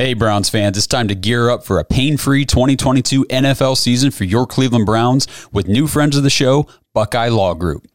Hey, Browns fans, it's time to gear up for a pain free 2022 NFL season for your Cleveland Browns with new friends of the show, Buckeye Law Group.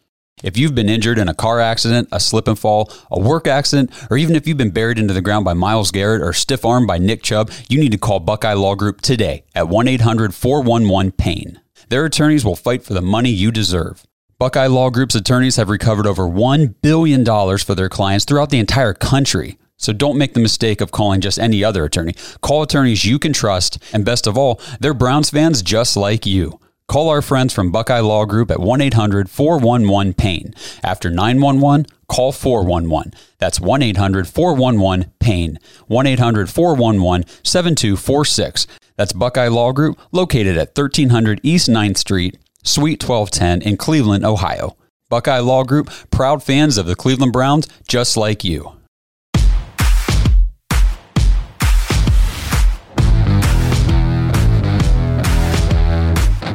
If you've been injured in a car accident, a slip and fall, a work accident, or even if you've been buried into the ground by Miles Garrett or stiff armed by Nick Chubb, you need to call Buckeye Law Group today at 1 800 411 PAIN. Their attorneys will fight for the money you deserve. Buckeye Law Group's attorneys have recovered over $1 billion for their clients throughout the entire country. So don't make the mistake of calling just any other attorney. Call attorneys you can trust, and best of all, they're Browns fans just like you. Call our friends from Buckeye Law Group at 1 800 411 PAIN. After 911, call 411. That's 1 800 411 PAIN. 1 800 411 7246. That's Buckeye Law Group, located at 1300 East 9th Street, Suite 1210 in Cleveland, Ohio. Buckeye Law Group, proud fans of the Cleveland Browns just like you.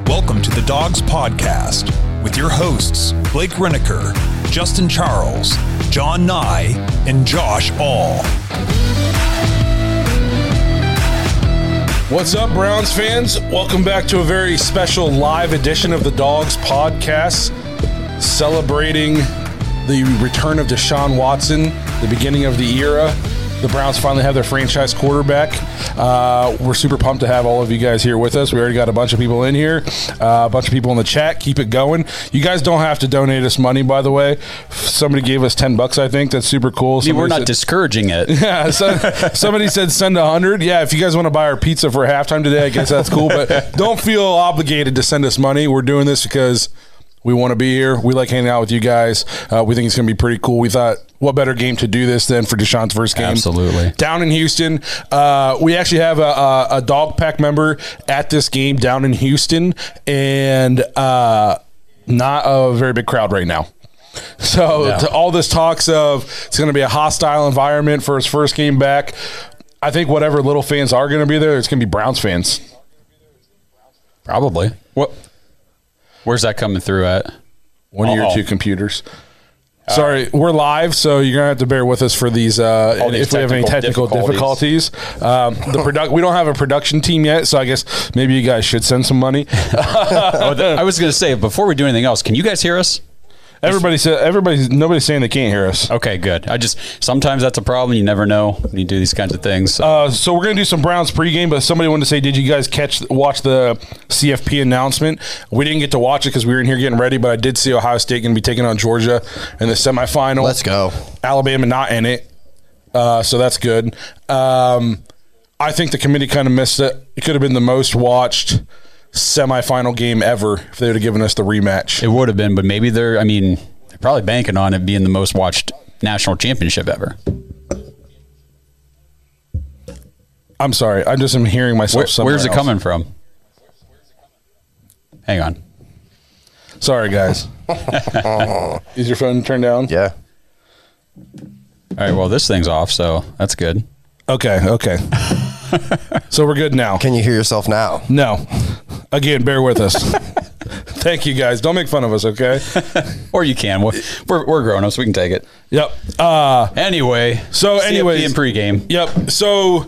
Welcome to the Dogs Podcast with your hosts, Blake Renaker, Justin Charles, John Nye, and Josh All. What's up, Browns fans? Welcome back to a very special live edition of the Dogs Podcast, celebrating the return of Deshaun Watson, the beginning of the era. The Browns finally have their franchise quarterback. Uh, we're super pumped to have all of you guys here with us. We already got a bunch of people in here, uh, a bunch of people in the chat. Keep it going. You guys don't have to donate us money, by the way. Somebody gave us ten bucks. I think that's super cool. I mean, we're Somebody not said- discouraging it. yeah, so, somebody said send a hundred. Yeah, if you guys want to buy our pizza for halftime today, I guess that's cool. But don't feel obligated to send us money. We're doing this because we want to be here. We like hanging out with you guys. Uh, we think it's going to be pretty cool. We thought, what better game to do this than for Deshaun's first game? Absolutely. down in Houston. Uh, we actually have a, a, a dog pack member at this game down in Houston, and uh, not a very big crowd right now. So to all this talks of it's going to be a hostile environment for his first game back. I think whatever little fans are going to be there, it's going to be Browns fans. Probably. What? Where's that coming through at? One of your Uh-oh. two computers. Sorry, we're live, so you're gonna have to bear with us for these. Uh, All these if we have any technical technical difficulties. difficulties, um, the product we don't have a production team yet, so I guess maybe you guys should send some money. Oh, th- I was going to say before we do anything else, can you guys hear us? everybody said everybody's nobody's saying they can't hear us. Okay, good. I just sometimes that's a problem. You never know when you do these kinds of things. So. Uh, so we're gonna do some Browns pregame, but somebody wanted to say, did you guys catch watch the CFP announcement? We didn't get to watch it because we were in here getting ready, but I did see Ohio State gonna be taking on Georgia in the semifinal. Let's go. Alabama not in it, uh, so that's good. Um, I think the committee kind of missed it. It could have been the most watched semifinal game ever if they would have given us the rematch. it would have been, but maybe they're. I mean, they're probably banking on it being the most watched national championship ever. I'm sorry, I'm just am hearing myself. Where, somewhere where's it else. coming from? Hang on. Sorry, guys. Is your phone turned down? Yeah. All right. Well, this thing's off, so that's good. Okay. Okay. so we're good now. Can you hear yourself now? no. Again, bear with us. Thank you, guys. Don't make fun of us, okay? Or you can. We're we're, we're grown ups. We can take it. Yep. Uh, Anyway. So anyways- in pregame. Yep. So,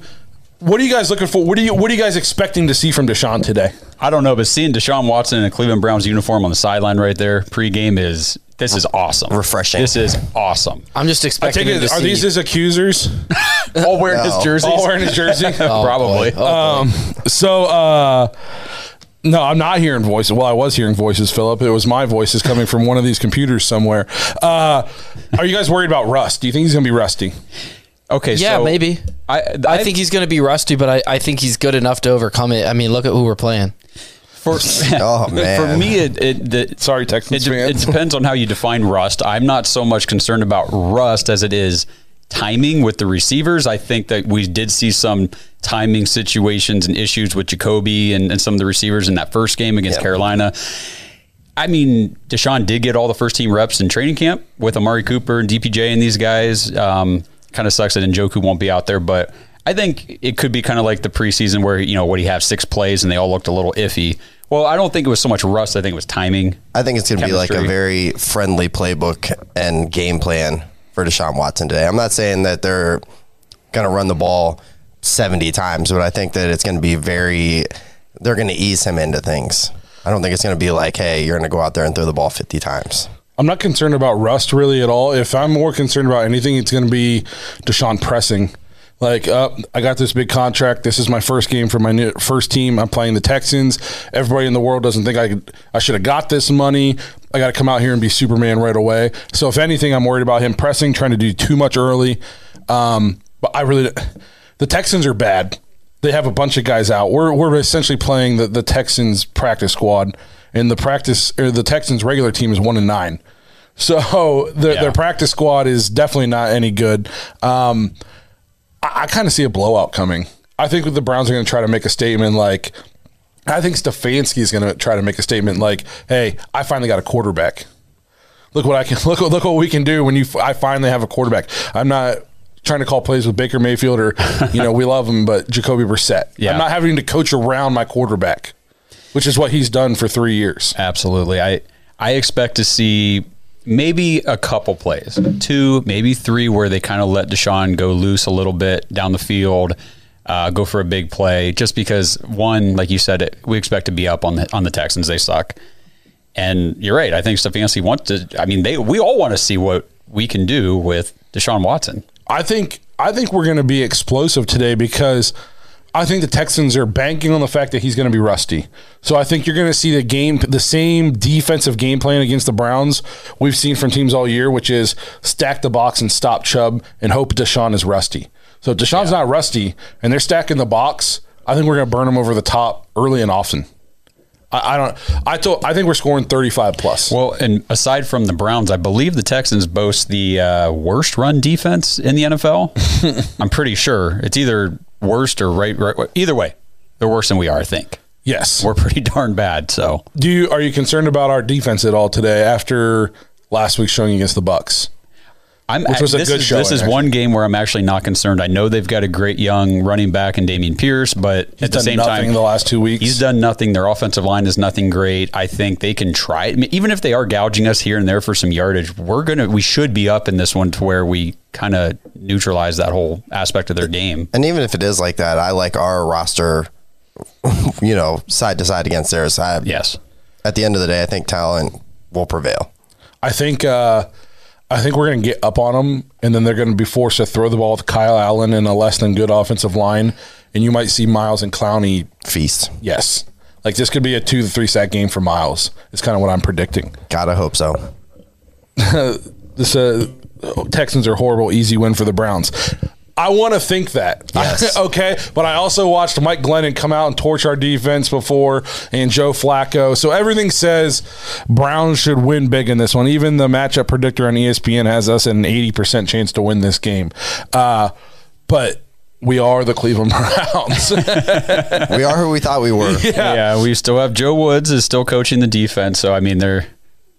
what are you guys looking for? What are you What are you guys expecting to see from Deshaun today? I don't know, but seeing Deshaun Watson in a Cleveland Browns uniform on the sideline right there pregame is this is awesome. Refreshing. This is awesome. I'm just I expecting take him it. to Are see- these his accusers? All wearing his jersey. All wearing his jersey. Oh, Probably. Um, so, uh, no, I'm not hearing voices. Well, I was hearing voices, Philip. It was my voices coming from one of these computers somewhere. Uh, are you guys worried about rust? Do you think he's going to be rusty? Okay. Yeah, so maybe. I, I think he's going to be rusty, but I, I think he's good enough to overcome it. I mean, look at who we're playing. for, Oh, for man. me it, it the, Sorry, it, Texans de- it fans. depends on how you define rust. I'm not so much concerned about rust as it is timing with the receivers. I think that we did see some timing situations and issues with Jacoby and, and some of the receivers in that first game against Carolina. I mean, Deshaun did get all the first team reps in training camp with Amari Cooper and DPJ and these guys. Um, kind of sucks that Njoku won't be out there, but I think it could be kind of like the preseason where, you know, what do you have, six plays and they all looked a little iffy. Well, I don't think it was so much rust. I think it was timing. I think it's going to be like a Chemistry. very friendly playbook and game plan for Deshaun Watson today. I'm not saying that they're going to run the ball 70 times, but I think that it's going to be very, they're going to ease him into things. I don't think it's going to be like, hey, you're going to go out there and throw the ball 50 times. I'm not concerned about rust really at all. If I'm more concerned about anything, it's going to be Deshaun pressing. Like, uh, I got this big contract. This is my first game for my new, first team. I'm playing the Texans. Everybody in the world doesn't think I could, I should have got this money. I got to come out here and be Superman right away. So, if anything, I'm worried about him pressing, trying to do too much early. Um, but I really, the Texans are bad. They have a bunch of guys out. We're, we're essentially playing the, the Texans practice squad, and the practice or the Texans regular team is one and nine. So their their practice squad is definitely not any good. Um, I, I kind of see a blowout coming. I think that the Browns are going to try to make a statement like. I think Stefanski is going to try to make a statement like, "Hey, I finally got a quarterback. Look what I can look. what- Look what we can do when you. f- I finally have a quarterback. I'm not trying to call plays with Baker Mayfield or you know we love him, but Jacoby Brissett. Yeah. I'm not having to coach around my quarterback, which is what he's done for three years. Absolutely. I I expect to see maybe a couple plays, two, maybe three, where they kind of let Deshaun go loose a little bit down the field, uh, go for a big play, just because one, like you said, it, we expect to be up on the on the Texans. They suck, and you're right. I think Stefanski wants to. I mean, they we all want to see what we can do with Deshaun Watson. I think I think we're going to be explosive today because I think the Texans are banking on the fact that he's going to be rusty. So I think you're going to see the game the same defensive game plan against the Browns we've seen from teams all year, which is stack the box and stop Chubb and hope Deshaun is rusty. So if Deshaun's not rusty and they're stacking the box, I think we're going to burn them over the top early and often. I, I don't. I told. I think we're scoring 35 plus. Well, and aside from the Browns, I believe the Texans boast the uh, worst run defense in the NFL. I'm pretty sure it's either worst or right, right. Either way, they're worse than we are. I think yes. we're pretty darn bad. So Do you are you concerned about our defense at all today after last week's showing against the Bucks? I'm. Which was a this good is, showing, This is actually. one game where I'm actually not concerned. I know they've got a great young running back in Damian Pierce, but at the done same nothing time, the last two weeks. he's done nothing. Their offensive line is nothing great. I think they can try it. I mean, even if they are gouging us here and there for some yardage. We're gonna. We should be up in this one to where we kind of neutralize that whole aspect of their game. And even if it is like that, I like our roster, you know, side to side against theirs. I, Yes. At the end of the day, I think talent will prevail. I think uh, I think we're going to get up on them, and then they're going to be forced to throw the ball with Kyle Allen and a less than good offensive line, and you might see Miles and Clowney. Feast. Yes, like this could be a two to three sack game for Miles. It's kind of what I'm predicting. Gotta hope so. This uh, Texans are horrible. Easy win for the Browns. I want to think that. Yes. okay. But I also watched Mike Glennon come out and torch our defense before and Joe Flacco. So everything says Browns should win big in this one. Even the matchup predictor on E ESPN has us at an 80% chance to win this game. Uh, but we are the Cleveland Browns. We are who we thought we were. Yeah. we still have Joe Woods is still coaching the defense, so I mean there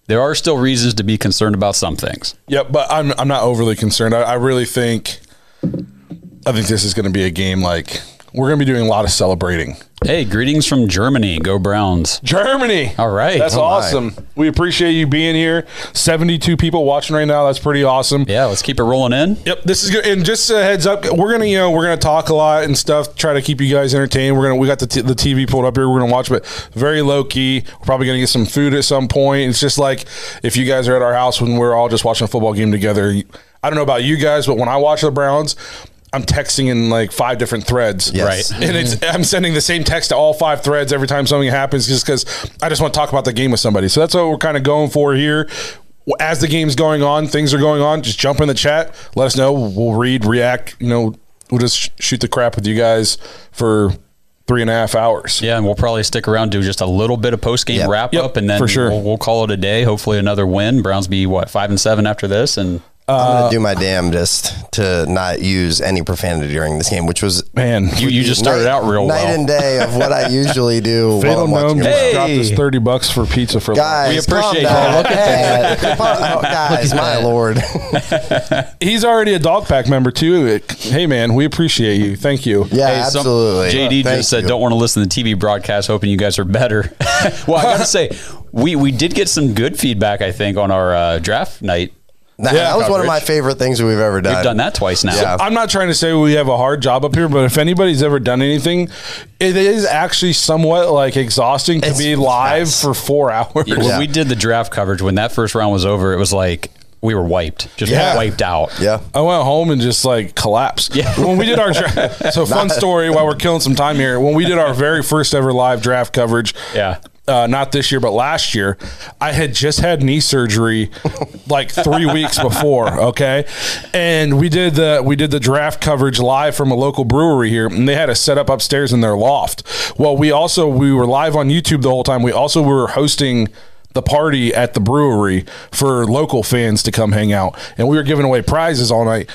there are still reasons to be concerned about some things. Yeah, but I'm I'm not overly concerned. I, I really think I think this is going to be a game like we're going to be doing a lot of celebrating. Hey, greetings from Germany. Go Browns. Germany. All right. That's Oh, my. awesome. We appreciate you being here. 72 people watching right now. That's pretty awesome. Yeah, let's keep it rolling in. Yep, this is good. And just a heads up, we're gonna you know we're gonna talk a lot and stuff. Try to keep you guys entertained. We're gonna we got the, t- the TV pulled up here. We're gonna watch, but very low key. We're probably gonna get some food at some point. It's just like if you guys are at our house when we're all just watching a football game together. I don't know about you guys, but when I watch the Browns. I'm texting in like five different threads, Yes. right? And it's Mm-hmm. I'm sending the same text to all five threads every time something happens, just because I just want to talk about the game with somebody. So that's what we're kind of going for here as the game's going on, things are going on, just jump in the chat. Let us know. We'll read, react. You know, we'll just sh- shoot the crap with you guys for three and a half hours. Yeah, and we'll probably stick around, do just a little bit of post game Yep. wrap Yep, up, and then for sure. we'll, we'll call it a day. Hopefully, another win. Browns be what five and seven after this, and I'm Uh, gonna do my damnedest to not use any profanity during this game, which was Man, you you just started night, out real night well. and day of what I usually do. while Fatal I'm watching Gnome a just movie. dropped us Hey. 30 bucks for pizza for lunch. Guys, We appreciate calm down. that. Look Hey, oh, guys, my lord. He's already a dog pack member too. It- Hey man, we appreciate you. Thank you. Yeah, Hey, some- absolutely. JD Thank just said, you. "Don't want to listen to TV broadcast. Hoping you guys are better." well, I gotta say, we we did get some good feedback. I think on our uh, draft night, That, Yeah, that was one of coverage. my favorite things we've ever done. we've done that twice now. Yeah. I'm not trying to say we have a hard job up here, but if anybody's ever done anything, it is actually somewhat like exhausting to It's- be live yes. for four hours. When we did the draft coverage, when that first round was over, it was like we were wiped, just Yeah. wiped out. Yeah. I went home and just like collapsed. Yeah. When we did our draft, so fun story while we're killing some time here. When we did our very first ever live draft coverage, Yeah. uh, not this year but last year, I had just had knee surgery like three weeks before. Okay, and we did the we did the draft coverage live from a local brewery here, and they had us set up upstairs in their loft. Well, we also we were live on YouTube the whole time. We also were hosting the party at the brewery for local fans to come hang out. And we were giving away prizes all night.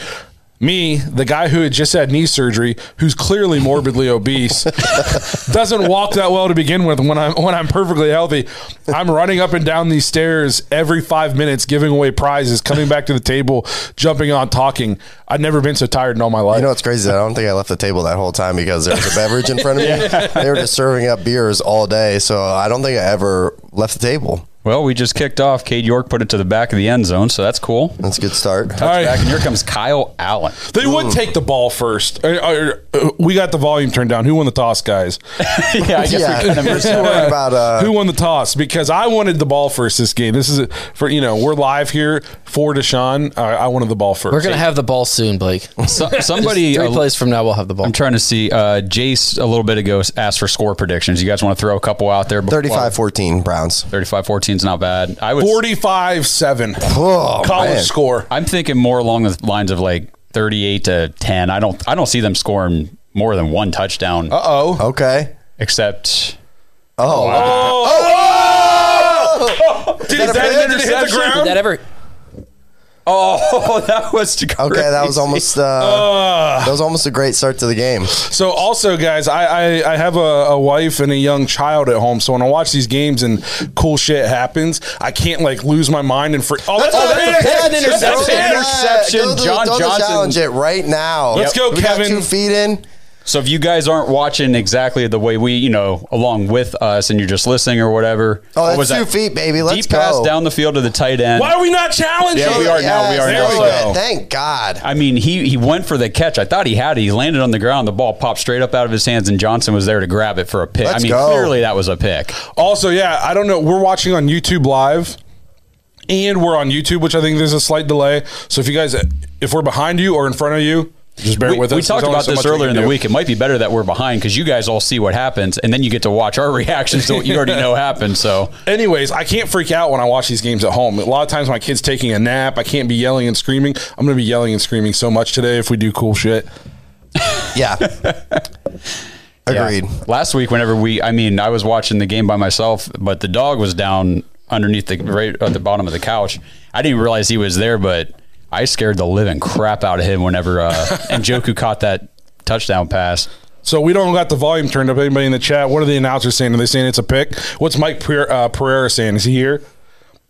Me, the guy who had just had knee surgery, who's clearly morbidly obese, doesn't walk that well to begin with when I'm when I'm perfectly healthy. I'm running up and down these stairs every five minutes, giving away prizes, coming back to the table, jumping on, talking. I'd never been so tired in all my life. You know what's crazy? I don't think I left the table that whole time because there was a beverage in front of me. They were just serving up beers all day, so I don't think I ever left the table. Well, we just kicked off. Cade York put it to the back of the end zone, so that's cool. That's a good start. All right. Back and here comes Kyle Allen. They would take the ball first. Uh, uh, uh, we got the volume turned down. Who won the toss, guys? yeah, I guess Yeah, we kind of we're missed too worried that. about uh, Who won the toss? Because I wanted the ball first this game. This is a, for you know we're live here for Deshaun. I, I wanted the ball 1st We're gonna have the ball soon, Blake. So- Three somebody. uh, plays from now, we'll have the ball. I'm trying to see. Uh, Jace a little bit ago asked for score predictions. You guys want to throw a couple out there? before- 35-14 Browns. 35-14 is not bad. I would. 45 7. Oh, College man. score. I'm thinking more along the lines of like 38 to 10. I don't. I don't see them scoring more than one touchdown. Uh oh. Okay. Except Oh, Did, that a that- did bad it hit the interception? ground? Did that ever? oh, that was okay. That was almost uh, that was almost a great start to the game. So also, guys, I, I, I have a, a wife and a young child at home. So when I watch these games and cool shit happens, I can't like lose my mind and freak. Oh, that's, Oh, a pick! bad interception. That's a Bad pick! interception. Don't do- John don't Johnson. challenge it right now. Let's go, we got Kevin. two feet in. So if you guys aren't watching exactly the way we, you know, along with us, and you're just listening or whatever. Oh, what that's was two that? feet, baby. Let's Deep go. pass down the field to the tight end. Why are we not challenging? Yeah, we are now, we are Yes, now. There we look at- go. Thank God. I mean, he he went for the catch. I thought he had it. He landed on the ground. The ball popped straight up out of his hands, and Johnson was there to grab it for a pick. I Let's mean, go. clearly that was a pick. Also, yeah, I don't know. We're watching on YouTube live, and we're on YouTube, which I think there's a slight delay. So if you guys, if we're behind you or in front of you, just bear We, with us. we There's talked only about so this much we earlier in can the do. week. It might be better that we're behind because you guys all see what happens, and then you get to watch our reactions to what you already know happened. So Anyways, I can't freak out when I watch these games at home. A lot of times my kid's taking a nap. I can't be yelling and screaming. I'm going to be yelling and screaming so much today if we do cool shit. Yeah. Agreed. last week, whenever we, I mean, I was watching the game by myself, but the dog was down underneath the right at the bottom of the couch. I didn't realize he was there, but I scared the living crap out of him whenever uh, Njoku caught that touchdown pass. So we don't got the volume turned up. Anybody in the chat? What are the announcers saying? Are they saying it's a pick? What's Mike Per- uh, Pereira saying? Is he here?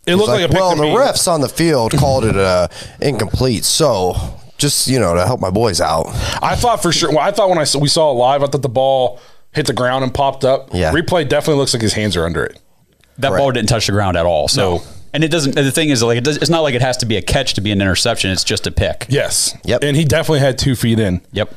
It looked like, Like, a pick well, to the me. refs on the field called it uh, incomplete. So just you know to help my boys out. I thought for sure. Well, I thought when I saw, we saw it live, I thought the ball hit the ground and popped up. Yeah. Replay definitely looks like his hands are under it. That ball didn't touch the ground at all. So, and it doesn't. The thing is, like, it does, it's not like it has to be a catch to be an interception. It's just a pick. Yes. Yep. And he definitely had two feet in. Uh, Yep.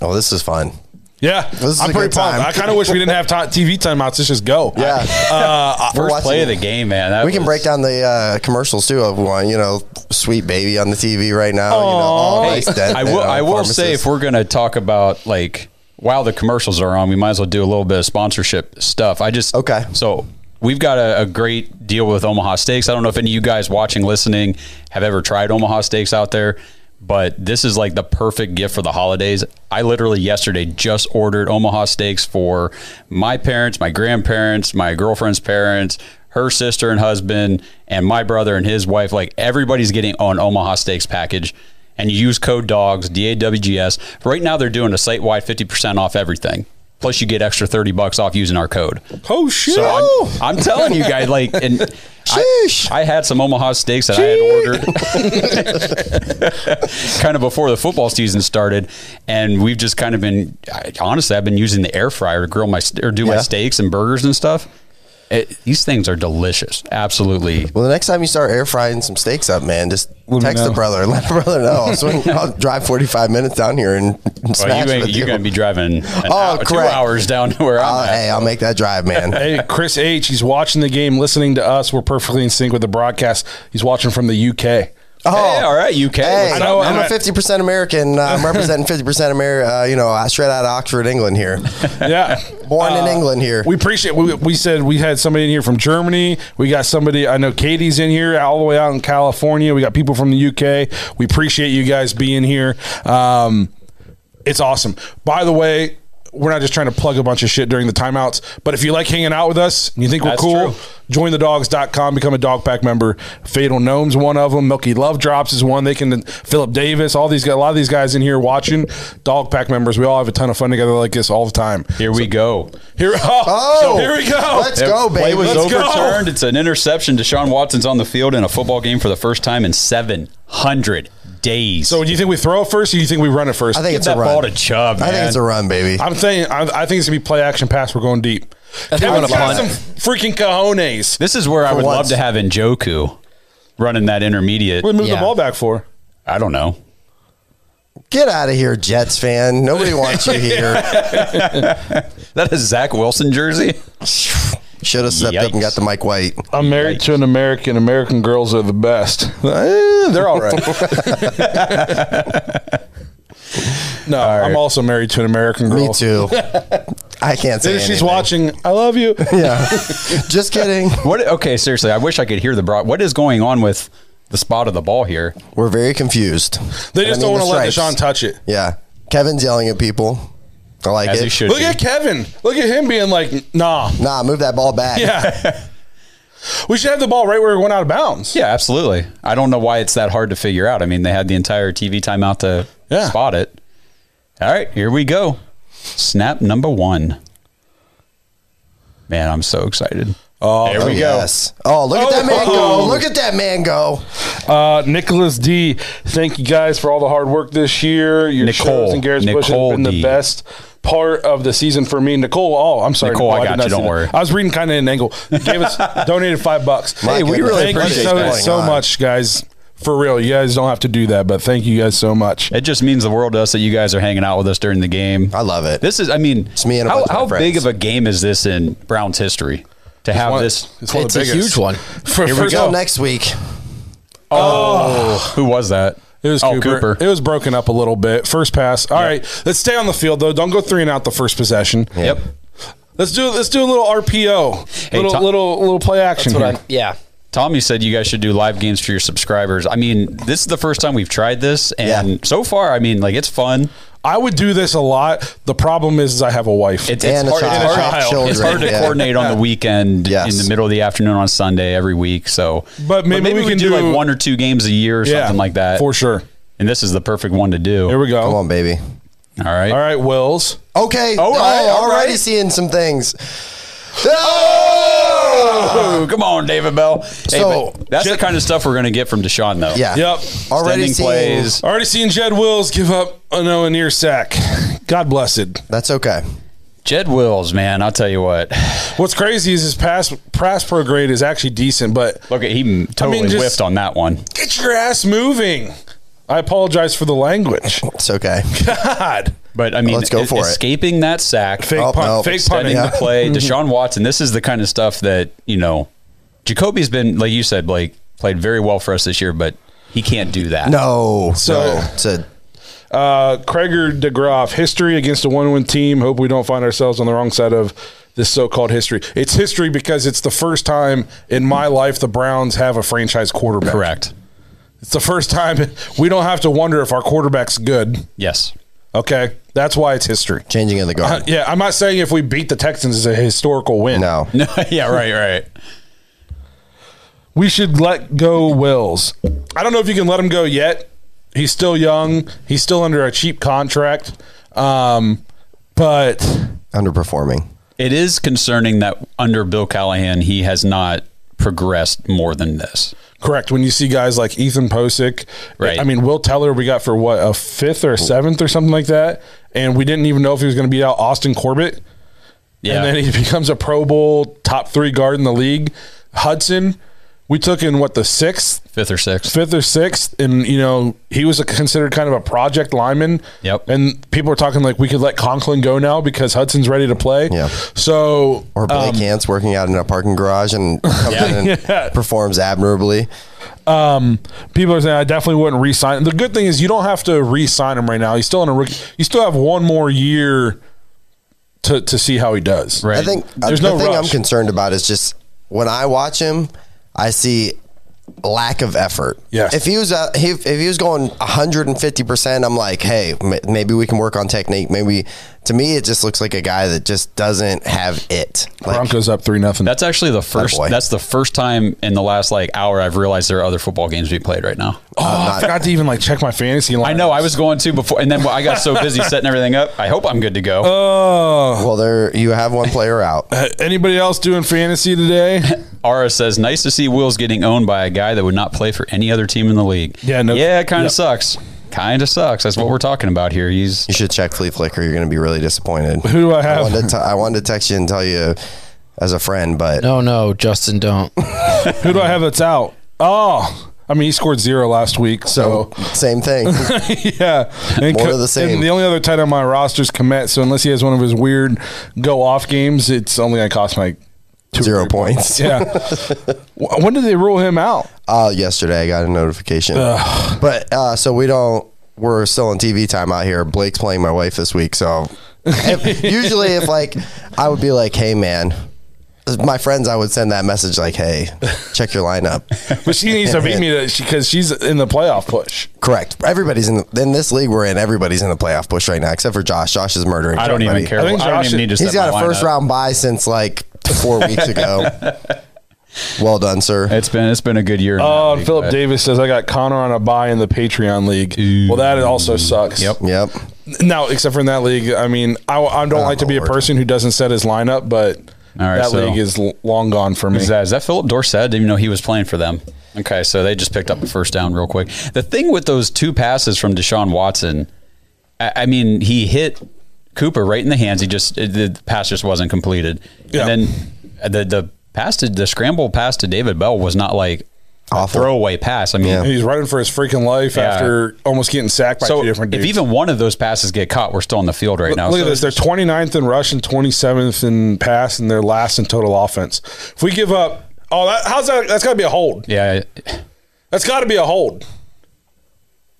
Oh, this is fun. Yeah. is I'm a pretty good pumped. time. I kind of wish we didn't have ti- TV timeouts. Let's just go. Yeah. First Uh, watching play of it. the game, man. That we can was- break down the uh, commercials too if we want. You know, sweet baby on the TV right now. You know, all Hey, nice dent- I you will. know, I will pharmacist. say, if we're going to talk about like while the commercials are on, we might as well do a little bit of sponsorship stuff. I just Okay. So we've got a, a great deal with Omaha Steaks. I don't know if any of you guys watching, listening, have ever tried Omaha Steaks out there. But this is like the perfect gift for the holidays. I literally yesterday just ordered Omaha steaks for my parents, my grandparents, my girlfriend's parents, her sister and husband, and my brother and his wife. Like everybody's getting an Omaha Steaks package and you use code DOGS, D A W G S. Right now, they're doing a site wide 50% off everything. Plus, you get extra 30 bucks off using our code. Oh, shit. So I'm, I'm telling you guys, like, and I, Sheesh. I had some Omaha steaks that I had ordered kind of before the football season started. And we've just kind of been, I, honestly, I've been using the air fryer to grill my, st- or do my Yeah. steaks and burgers and stuff. It, these things are delicious. Absolutely. Well, the next time you start air frying some steaks up, man, just me text the know. brother. Let the brother know. I'll, swing, I'll drive 45 minutes down here and, and Well, smash you ain't, with Oh, you're going to be driving an hour- two correct. Uh, hours down to where I'm I'll, at. hey, I'll make that drive, man. Hey, Chris H. He's watching the game, listening to us. We're perfectly in sync with the broadcast. He's watching from the UK. Oh, Hey, all right, UK. Hey, What's know, up, man? I'm and I- a 50% American. Uh, I'm representing 50% American. Uh, you know, uh, straight out of Oxford, England here. Yeah. Born Uh, in England here. We appreciate. We, we said we had somebody in here from Germany. We got somebody. I know Katie's in here, all the way out in California. We got people from the UK. We appreciate you guys being here. Um, it's awesome. By the way, we're not just trying to plug a bunch of shit during the timeouts, but if you like hanging out with us and you think we're That's cool, true. jointhedogs.com, become a dog pack member. Fatal Gnome's one of them. Milky Love Drops is one. They can, Philip Davis, all these guys, a lot of these guys in here watching, dog pack members. We all have a ton of fun together like this all the time. Here we go. Here, oh, Oh, here we go. Let's go, Play baby. was Let's go. overturned. It's an interception. Deshaun Watson's on the field in a football game for the first time in 700 days. So, do you think we throw it first, or do you think we run it first? I think give it's a that ball to run. Chubb, I think man. it's a run, baby. I'm saying I, I think it's gonna be play action pass. We're going deep. I think Kevin's we're gonna got some punt. freaking cojones. this is where I would love once. to have Njoku running that intermediate. We move the Yeah. ball back for. I don't know. Get out of here, Jets fan. Nobody wants you here. That is Zach Wilson jersey. Should have stepped up and got the Mike White. I'm married to an American. American girls are the best. Eh, they're all right. no, I'm also married to an American girl. Me too. I can't say. If she's anything. watching, I love you. Yeah. Just kidding. What? Okay, seriously, I wish I could hear the broad. What is going on with the spot of the ball here? We're very confused. They just I mean, don't want the to let Deshaun stripes. touch it. Yeah. Kevin's yelling at people. I like As it. he should. Look be. at Kevin. Look at him being like, nah. Nah, move that ball back. Yeah. we should have the ball right where it went out of bounds. Yeah, absolutely. I don't know why it's that hard to figure out. I mean, they had the entire TV timeout to Yeah. spot it. All right, here we go. Snap number one. Man, I'm so excited. Oh, there Oh, we go. yes. Oh, look at that man go. Look at that man go. Uh, Nicholas D, thank you guys for all the hard work this year. Your Nicole. shows and Garrett's Bush Nicole has been D. the best part of the season for me. Nicole, oh, I'm sorry, Nicole, I did got not you, see don't that. worry. I was reading kind of an angle. You Gave us donated five bucks. Hey, we really thank appreciate you so, that. so Going on. much, guys. For real, you guys don't have to do that, but thank you guys so much. It just means the world to us that you guys are hanging out with us during the game. I love it. This is, I mean, me and a how, bunch of my how friends. big of a game is this in Browns history to have One- this? one of It's the a biggest. huge one. For, Here we first go. Go off, next week. Who was that? It was oh, Cooper. It was broken up a little bit. First pass. All right, let's stay on the field though. Don't go three and out the first possession. yep. Let's do let's do a little RPO, Hey, little Tom- little little play action. That's what here. I'm. Yeah. Tommy said you guys should do live games for your subscribers. I mean, this is the first time we've tried this, and Yeah. so far, I mean, like it's fun. I would do this a lot. The problem is, is I have a wife. It's, And it's a hard, child. it's And a hard- child. it's hard to Children, yeah. coordinate on the weekend Yes. in the middle of the afternoon on Sunday every week. So, But maybe we can do- like one or two games a year or something like that. for sure. And this is the perfect one to do. Here we go. Come on, baby. All right. All right, Wills. Okay. All right, oh, all right. already seeing some things. Oh, come on, David Bell. Hey, So- but that's the kind of stuff we're going to get from Deshaun, though. Yeah. Yep. Already Extending seeing plays. Already seen Jed Wills give up a no and uh, near sack. God bless it. That's okay. Jed Wills, man, I'll tell you what. What's crazy is his pass pass pro grade is actually decent, but Look, at he totally just- whiffed on that one. get your ass moving. I apologize for the language. It's okay. God. But I mean, Let's go e- for it. escaping that sack, Fake Oh, punt. no. Fake extending punting. the play, Deshaun Watson. This is the kind of stuff that you know. Jacoby's been, like you said, Blake played very well for us this year, but he can't do that. No. So- So no. it's a Uh, Craiger DeGroff, history against a one win team. Hope we don't find ourselves on the wrong side of this so called history. It's history because it's the first time in my life the Browns have a franchise quarterback. correct. It's the first time we don't have to wonder if our quarterback's good. Yes, Okay. That's why it's history. changing of the guard. Uh, yeah. I'm not saying if we beat the Texans is a historical win. no. No, yeah, right, right. We should let go Wills. I don't know if you can let him go yet. He's still young. He's still under a cheap contract. Um, but Underperforming. It is concerning that under Bill Callahan, he has not progressed more than this. correct when you see guys like Ethan Posick, Right. I mean Will Teller, we got for what a fifth or a seventh or something like that, and we didn't even know if he was going to beat out Austin Corbett. Yeah, And then he becomes a Pro Bowl top three guard in the league. Hudson, we took in what the sixth fifth or sixth. fifth or sixth, and you know he was a, considered kind of a project lineman. Yep. And people were talking like we could let Conklin go now because Hudson's ready to play. Yeah. So Or Blake Hance working out in a parking garage and comes in and performs admirably. um, people are saying I definitely wouldn't re-sign. him." The good thing is you don't have to re-sign him right now. He's still in a rookie. You still have one more year to to see how he does. Right. I think uh, There's the no thing rush. I'm concerned about is just when I watch him, I see lack of effort. Yes. If he was uh, he, if he was going 150, percent I'm like, hey, m- maybe we can work on technique. Maybe to me, it just looks like a guy that just doesn't have it. Like, Broncos up three nothing. That's actually the first. Oh, boy. that's the first time in the last like hour I've realized there are other football games being played right now. oh, I forgot to even like check my fantasy line. I know I was going to before, and then I got so busy setting everything up. I hope I'm good to go. Oh, well, there you have one player out. anybody else doing fantasy today? Ara says, "Nice to see Will's getting owned by a guy that would not play for any other team in the league." Yeah, no- yeah, it kind of Yep. sucks. Kind of sucks. That's what we're talking about here. He's You should check Flea Flicker. You're going to be really disappointed. Who do I have? I wanted, to t- I wanted to text you and tell you as a friend, but No, no, Justin, don't. Who do I have that's out? Oh, I mean, he scored zero last week, Oh. so same thing. yeah. And More Ko- of the same. and the only other tight end on my roster is Komet, so unless he has one of his weird go off games, it's only going to cost my. Zero points. Yeah. W- when did they rule him out? Uh, yesterday I got a notification. But uh, so we don't. We're still in TV time out here. Blake's playing my wife this week, so if, usually if like I would be like, "Hey, man," my friends, I would send that message like, "Hey, check your lineup." But she needs to beat me because she's in the playoff push. Correct. Everybody's in the, in this league we're in. Everybody's in the playoff push right now, except for Josh. Josh is murdering. I don't even everybody. care. I I, think don't Josh- even need to. He's set got my a first lineup. round bye since like four weeks ago. well done, sir. It's been it's been a good year. in Oh, that and league, Philip but- Davis says I got Connor on a buy in the Patreon league. Well, that also sucks. Yep. yep. Now, except for in that league, I mean, I, I don't like to be a Lord. person who doesn't set his lineup, but Ah, All right, that so- league is l- long gone for me. Is that, is that Philip Dorsett? I didn't even know he was playing for them. Okay, so they just picked up a first down real quick. The thing with those two passes from Deshaun Watson, I, I mean, he hit Cooper right in the hands. He just it, the pass just wasn't completed. Yeah. And then the the pass to the scramble pass to David Bell was not like Awful. a throwaway pass. I mean. Yeah. And he's running for his freaking life Yeah. after almost getting sacked by So two different if dudes. even one of those passes get caught, we're still on the field right now. Look So at this. They're 29th in rush and 27th in pass, and they're last in total offense. If we give up, oh, that, how's that? That's got to be a hold. Yeah. That's got to be a hold.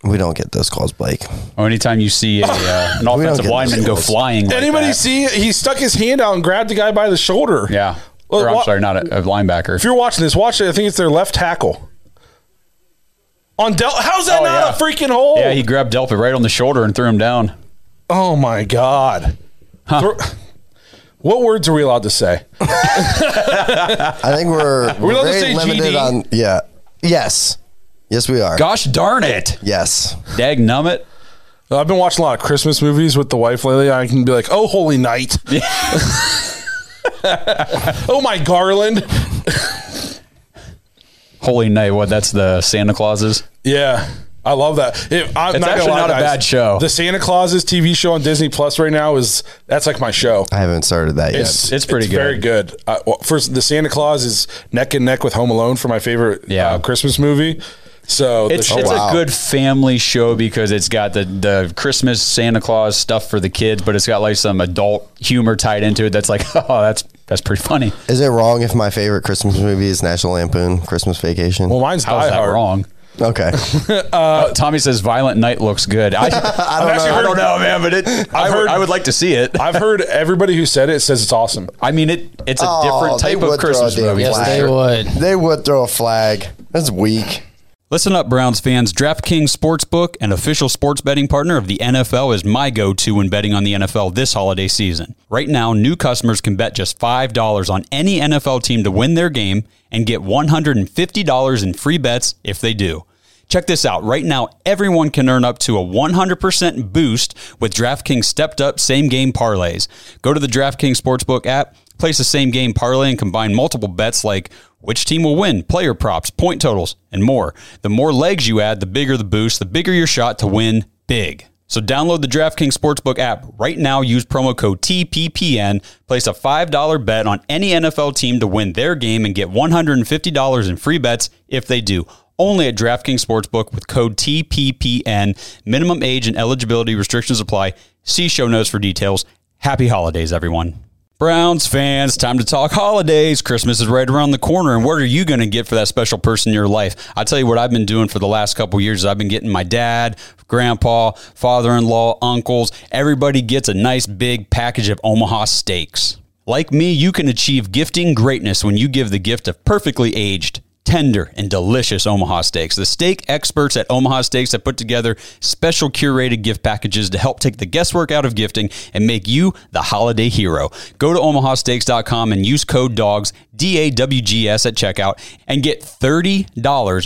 We don't get those calls, Blake. Or anytime you see a, uh, an don't offensive get lineman those go calls. flying, like Anybody that- see? He stuck his hand out and grabbed the guy by the shoulder. Yeah. Well, Or, I'm wha- sorry, not a, a linebacker. If you're watching this, watch it. I think it's their left tackle. On Del, how's that Oh, not yeah. a freaking hold? Yeah, he grabbed Delpit right on the shoulder and threw him down. oh my god. Thro- what words are we allowed to say? I think we're, we allowed to very say limited GD? on yeah. Yes. Yes we are. Gosh darn it. Yes. Dag nummit. I've been watching a lot of Christmas movies with the wife lately. I can be like, "Oh, holy night! oh my garland! Holy night. What? That's the Santa Clauses? Yeah, I love that. It- I'm It's not actually gonna lie, not a guys. bad show. The Santa Claus's TV show on Disney Plus right now is that's like my show. I haven't started that yet. It's, it's pretty good. Very good. Uh, well, first, the Santa Claus is neck and neck with Home Alone for my favorite Yeah. uh, Christmas movie. So the It's, show- it's wow. a good family show because it's got the, the Christmas Santa Claus stuff for the kids, but it's got like some adult humor tied into it. That's like, oh, that's that's pretty funny. Is it wrong if my favorite Christmas movie is National Lampoon Christmas Vacation? well, mine's How's Die that Hard. wrong? okay. Oh, Tommy says Violent Night looks good. I, I, I've don't, actually know, I heard- don't know, man, but it, I, heard- would, I would like to see it. I've heard everybody who said it says it's awesome. I mean, it it's a Oh, different they type would of throw a Christmas damn movie. Yes, Yes, flag. they would. they would throw a flag. That's weak. Listen up, Browns fans. DraftKings Sportsbook, an official sports betting partner of the NFL, is my go to when betting on the NFL this holiday season. Right now, new customers can bet just $5 on any NFL team to win their game and get $150 in free bets if they do. Check this out. Right now, everyone can earn up to a 100% boost with DraftKings stepped up same game parlays. Go to the DraftKings Sportsbook app, place the same game parlay, and combine multiple bets like which team will win, player props, point totals, and more. The more legs you add, the bigger the boost, the bigger your shot to win big. So download the DraftKings Sportsbook app right now. Use promo code TPPN. Place a $5 bet on any NFL team to win their game and get $150 in free bets if they do. Only at DraftKings Sportsbook with code TPPN. Minimum age and eligibility restrictions apply. See show notes for details. Happy holidays, everyone. Browns fans, time to talk holidays. Christmas is right around the corner, and what are you going to get for that special person in your life? I tell you what I've been doing for the last couple years. is I've been getting my dad, grandpa, father-in-law, uncles. Everybody gets a nice big package of Omaha steaks. Like me, you can achieve gifting greatness when you give the gift of perfectly aged tender and delicious Omaha steaks. The steak experts at Omaha Steaks have put together special curated gift packages to help take the guesswork out of gifting and make you the holiday hero. Go to omahasteaks.com and use code DOGS, D A W G S at checkout and get $30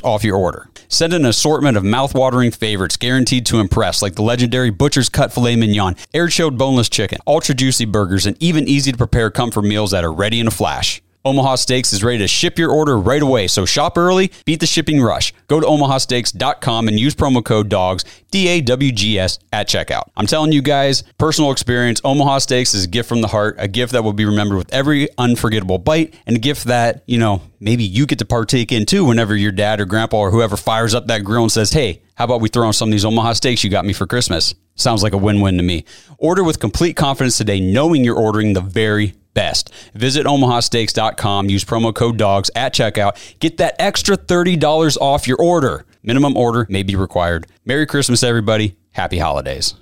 off your order. Send an assortment of mouth-watering favorites guaranteed to impress like the legendary Butcher's Cut filet mignon, air chilled boneless chicken, ultra juicy burgers and even easy to prepare comfort meals that are ready in a flash. Omaha Steaks is ready to ship your order right away, so shop early, beat the shipping rush. Go to omahasteaks.com and use promo code DOGS, D A W G S, at checkout. I'm telling you guys, personal experience Omaha Steaks is a gift from the heart, a gift that will be remembered with every unforgettable bite, and a gift that, you know, maybe you get to partake in too whenever your dad or grandpa or whoever fires up that grill and says, hey, how about we throw on some of these Omaha steaks you got me for Christmas? Sounds like a win win to me. Order with complete confidence today, knowing you're ordering the very best. Visit omahasteaks.com, use promo code DOGS at checkout, get that extra $30 off your order. Minimum order may be required. Merry Christmas, everybody. Happy holidays.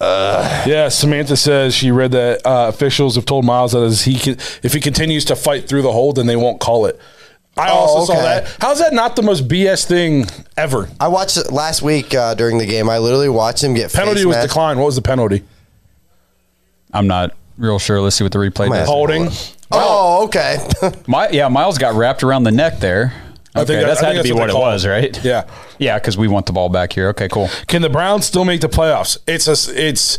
Yeah, Samantha says she read that uh, officials have told Miles that as he can, if he continues to fight through the hold, then they won't call it. I Oh, also saw okay. that. How's that not the most BS thing ever? I watched it last week uh, during the game. I literally watched him get Penalty face was mask- declined. What was the penalty? I'm not real sure. Let's see what the replay Man. does. Holding. Oh, okay. My, yeah, Miles got wrapped around the neck there. I think Okay, that- that's I had think to be that's what what they it call it. was, right? Yeah. Yeah, because we want the ball back here. Okay, cool. Can the Browns still make the playoffs? It's a it's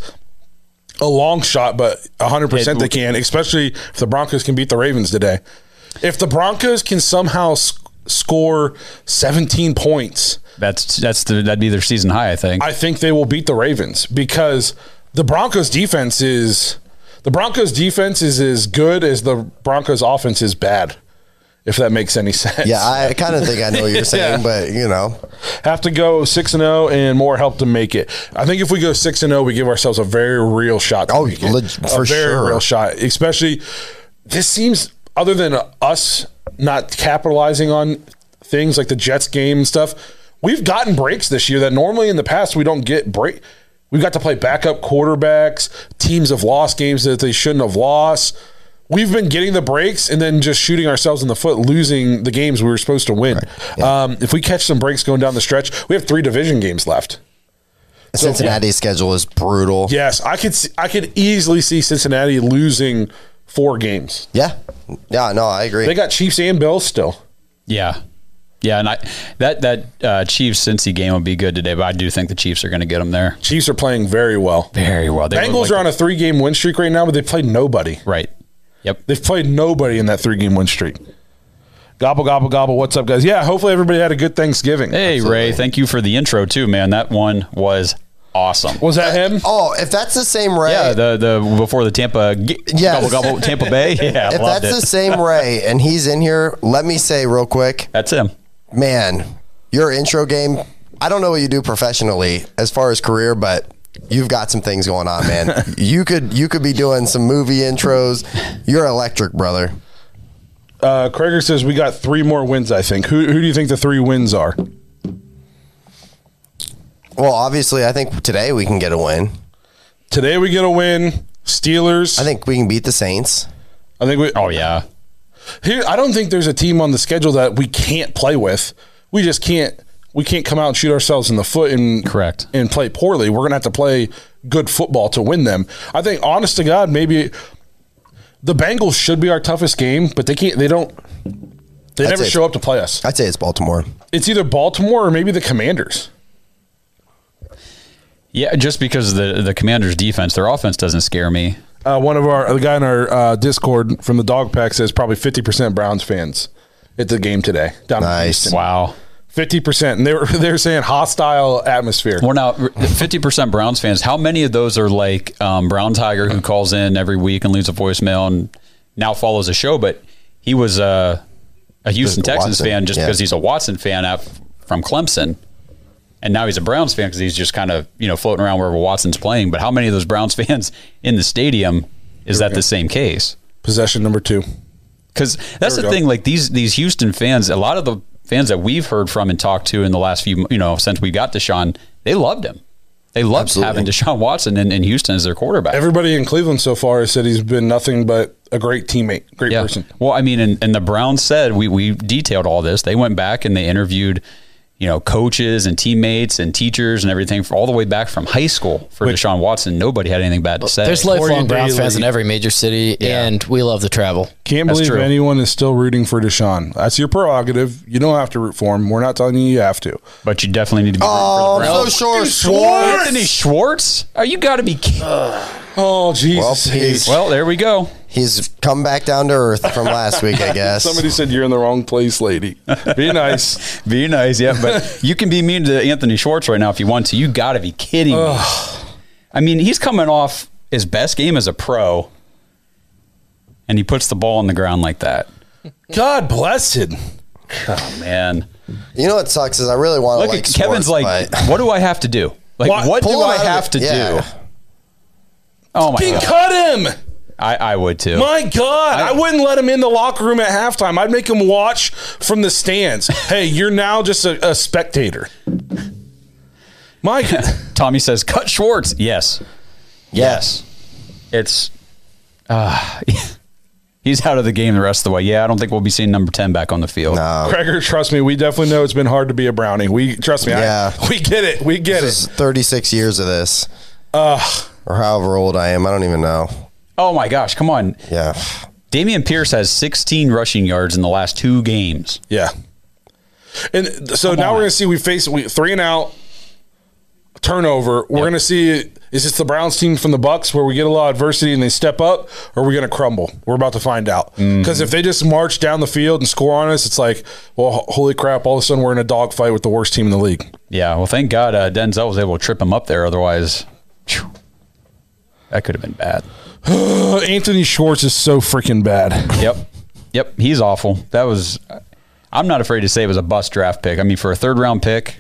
a long shot, but 100% they can, especially if the Broncos can beat the Ravens today. If the Broncos can somehow s- score 17 points, That's that's the, that'd be their season high, I think. I think they will beat the Ravens because the Broncos defense is the Broncos defense is as good as the Broncos offense is bad. If that makes any sense. yeah, I kind of think I know what you're saying, but you know, have to go 6 and 0 and more help to make it. I think if we go 6 and 0 we give ourselves a very real shot. to Oh, make it. leg- for a very sure. real shot. Especially this seems other than us not capitalizing on things like the Jets game and stuff, we've gotten breaks this year that normally in the past we don't get break. We've got to play backup quarterbacks. Teams have lost games that they shouldn't have lost. We've been getting the breaks and then just shooting ourselves in the foot, losing the games we were supposed to win. Um, if we catch some breaks going down the stretch, we have three division games left. Cincinnati's schedule is brutal. Yes, I could. See, I could easily see Cincinnati losing four games. Yeah. Yeah, no, I agree. They got Chiefs and Bills still. Yeah. Yeah, and I that that uh, Chiefs Cincy game would be good today, but I do think the Chiefs are going to get them there Chiefs are playing very well. very well. They Bengals are on a three-game win streak right now, but they played nobody. right. Yep. They've played nobody in that three-game win streak. Gobble, gobble, gobble. What's up, guys? Yeah, hopefully everybody had a good Thanksgiving. Hey, Ray, thank you for the intro too, man. That one was awesome. Was that him? Oh, if that's the same Ray, yeah, the the before the Tampa g- Yes. gobble gobble Tampa Bay. Yeah, I if loved that's it. the same Ray and he's in here, let me say real quick, that's him. man, your intro game. I don't know what you do professionally as far as career, but you've got some things going on, man. you could you could be doing some movie intros. You're electric, brother. Uh, Krager says we got three more wins. I think. Who who do you think the three wins are? Well, obviously, I think today we can get a win. Today we get a win. Steelers. I think we can beat the Saints. I think we. Oh yeah, Here, I don't think there's a team on the schedule that we can't play with. We just can't. We can't come out and shoot ourselves in the foot and Correct. and play poorly. We're gonna have to play good football to win them. I think, honest to God, maybe the Bengals should be our toughest game, but they can't. They don't. They I'd never say- show up to play us. I'd say it's Baltimore. It's either Baltimore or maybe the Commanders. yeah. Just because of the the Commanders' defense, their offense doesn't scare me. Uh, one of our the guy in our uh, Discord from the Dog Pack says probably fifty percent Browns fans at the game today. Down Nice. Wow. fifty percent, and they were they're saying hostile atmosphere. Well, now fifty percent Browns fans. How many of those are like um, Brown Tiger, who calls in every week and leaves a voicemail and now follows the show? But he was uh, a Houston Just a Texans Watson, fan just yeah. because he's a Watson fan out from Clemson, and now he's a Browns fan because he's just kind of you know floating around wherever Watson's playing. But how many of those Browns fans in the stadium is that the same case? Possession number two. Because that's the There we go. thing. Like these these Houston fans, a lot of the fans that we've heard from and talked to in the last few, you know, since we got Deshaun, they loved him. They loved having Deshaun Watson in, in Houston as their quarterback. Everybody in Cleveland so far has said he's been nothing but a great teammate, great yeah. person. Well, I mean, and, and the Browns said we we detailed all this. They went back and they interviewed, you know, coaches and teammates and teachers and everything for all the way back from high school for Deshaun Watson. Nobody had anything bad to say. There's Corey lifelong Browns fans in Daly. every major city, and we love to travel. Can't That's believe true. anyone is still rooting for Deshaun. That's your prerogative. You don't have to root for him. We're not telling you you have to. but you definitely need to be. Oh, rooting for the so Browns. sure, Anthony Schwartz. Schwartz? Are you got to be? kidding- Oh Well, Jesus! he's, Well, there we go. he's come back down to earth from last week, I guess. Somebody said you're in the wrong place, lady. Be nice. Be nice, yeah. But you can be mean to Anthony Schwartz right now if you want to. You got to be kidding me. I mean, he's coming off his best game as a pro, and he puts the ball on the ground like that. God bless him. Oh man! You know what sucks is I really want Look to like at Kevin's sports, like, but- what do I have to do? Like, Why- what do Pull him I out of have it. to Yeah. do? Oh my Fucking god! cut him. I, I would too. My God, I, wouldn't let him in the locker room at halftime. I'd make him watch from the stands. hey, you're now just a, a spectator. Mike, Tommy says, "Cut Schwartz." Yes, yes. It's uh, he's out of the game the rest of the way. Yeah, I don't think we'll be seeing number ten back on the field. Craigor, trust me, we definitely know it's been hard to be a Brownie. We trust me. I- Yeah. we get it. We get This it. is 36 years of this. or however old I am. I don't even know. Oh my gosh, come on. Yeah. Damian Pierce has 16 rushing yards in the last two games. Yeah. And so now on. we're gonna see we face we, three and out turnover. We're gonna see is this the Browns team from the Bucks where we get a lot of adversity and they step up, or we're gonna crumble? We're about to find out. Because if they just march down the field and score on us, it's like, well, ho- holy crap! All of a sudden we're in a dogfight with the worst team in the league. Yeah, well, thank God uh, Denzel was able to trip him up there. Otherwise, phew, that could have been bad. Uh, Anthony Schwartz is so freaking bad. Yep. Yep. He's awful. That was, I'm not afraid to say it was a bust draft pick. I mean, for a third round pick,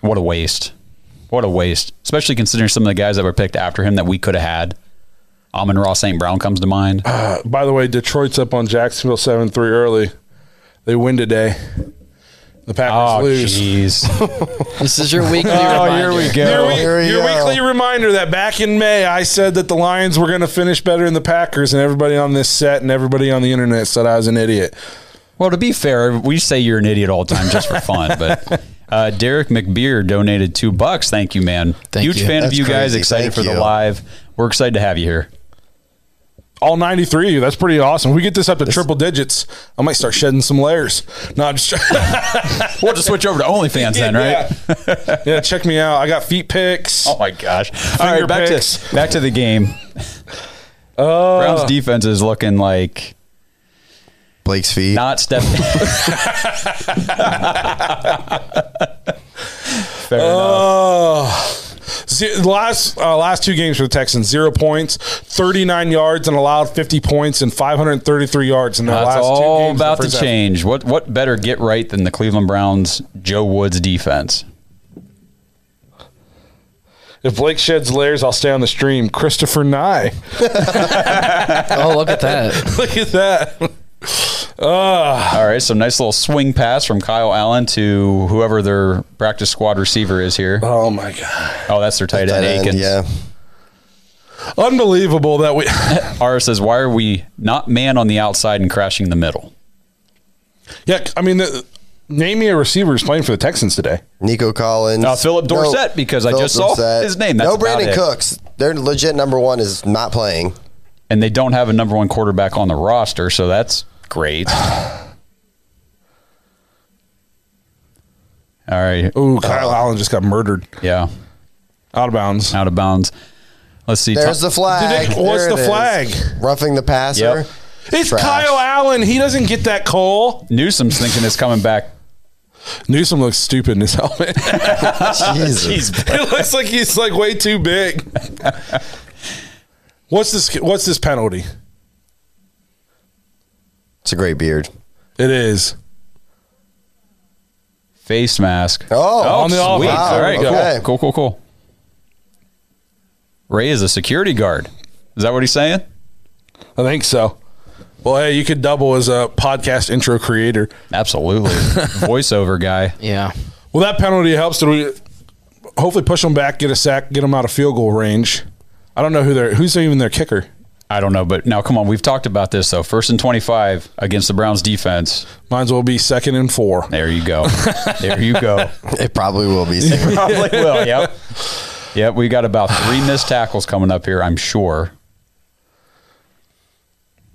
what a waste. What a waste. Especially considering some of the guys that were picked after him that we could have had. Amon Ross St. Brown comes to mind. By the way, Detroit's up on Jacksonville seven three early. They win today. The Packers Oh, Ah, lose. jeez. This is your weekly Oh, reminder. here we Your, go. week- Here we your go. weekly reminder that back in May, I said that the Lions were going to finish better than the Packers, and everybody on this set and everybody on the internet said I was an idiot. Well, to be fair, we say you're an idiot all the time just for fun, but uh, Derek McBeer donated two bucks. Thank you, man. Thank Huge you. fan of That's you guys. crazy. Excited Thank for the you. live. We're excited to have you here. All 93. That's pretty awesome. If we get this up to triple digits, I might start shedding some layers. No, I'm just We'll just switch over to OnlyFans then, right? Yeah. Yeah, check me out. I got feet pics. Oh my gosh! all right, back picks. Oh. to back to the game. Browns defense is looking like Blake's feet. Not step. Fair enough. uh, Oh. Ze- last uh, last two games for the Texans, zero points, 39 yards and allowed 50 points and 533 yards in their That's last two all games. about the to first half. change. What what better get right than the Cleveland Browns Joe Woods defense? If Blake sheds layers, I'll stay on the stream. Christopher Nye. Oh, look at that. Look at that. All right, so nice little swing pass from Kyle Allen to whoever their practice squad receiver is here. Oh my god. Oh, that's their tight Tight end, end, Akins. yeah. Unbelievable that we Ara says, "Why are we not man on the outside and crashing the middle?" Yeah, I mean the, name me a receiver who's playing for the Texans today. Nico Collins. Uh, Philip Dorsett, because I just saw his name. That's no about Brandon it. Cooks. Their legit number one is not playing. And they don't have a number one quarterback on the roster, so that's great. All right. Ooh, Kyle Allen just got murdered Yeah. out of bounds. Out of bounds. Let's see. There's Tom- the flag. Did it- what's There the is. flag? Roughing the passer. Yep. It's Trash. Kyle Allen. He doesn't get that call. Newsom's thinking it's coming back. Newsom looks stupid in his helmet. Jesus. it looks like he's like way too big. What's this? What's this penalty? It's a great beard. It is. Face mask. Oh, On the offense. sweet. Wow, All right. cool. okay. Cool, cool, cool. Ray is a security guard. Is that what he's saying? I think so. Well, hey, you could double as a podcast intro creator. Absolutely. Voiceover guy. Yeah. Well, that penalty helps. Did we hopefully push them back, get a sack, get them out of field goal range? I don't know who they're who's even their kicker. I don't know, but now come on. We've talked about this though. First and twenty-five against the Browns defense. Might as well be second and four. There you go. there you go. It probably will be soon. Probably will. Yep. Yep. We got about three missed tackles coming up here. I'm sure.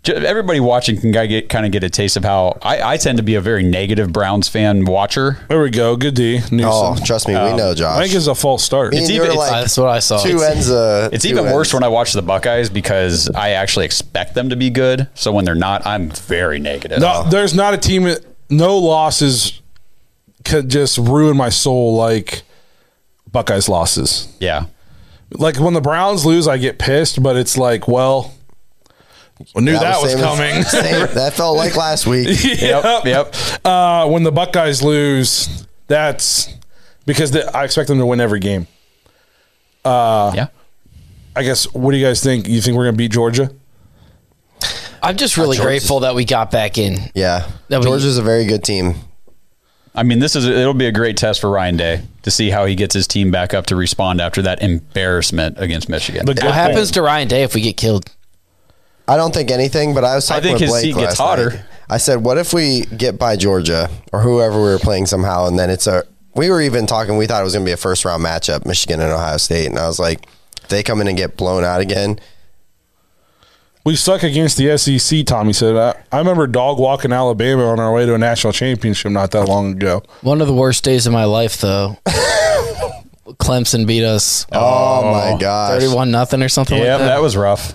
J- Everybody watching can guy get kind of get a taste of how I, I tend to be a very negative Browns fan watcher. There we go. Good D. Newsom. oh, trust me, we know, I Josh. think it's a false start. Me and It's you even- are it's- like That's what I saw. two ends of. It's even worse when I watch the Buckeyes because I actually expect them to be good. So when they're not, I'm very negative. No, there's not a team. No losses could just ruin my soul like Buckeyes losses. Yeah. Like when the Browns lose, I get pissed, but it's like, well, I knew that, was coming. that felt like last week. Yep. Yep. uh, when the Buckeyes lose, that's because the, I expect them to win every game. yeah. I guess. What do you guys think? You think we're gonna beat Georgia? I'm just really grateful that we got back in. Yeah, That we- Georgia's a very good team. I mean, this is it'll be a great test for Ryan Day to see how he gets his team back up to respond after that embarrassment against Michigan. The good What happens thing- to Ryan Day if we get killed? I don't think anything, but I was talking I think with his Blake seat gets last hotter. night. I said, "What if we get by Georgia or whoever we were playing somehow, and then it's a." We were even talking. We thought it was going to be a first round matchup, Michigan and Ohio State, and I was like, if "They come in and get blown out again." We suck against the SEC. Tommy said. I, I remember dog walking Alabama on our way to a national championship not that long ago. One of the worst days of my life, though. Clemson beat us Oh, my gosh! 31 nothing or something yeah, like that. that was rough.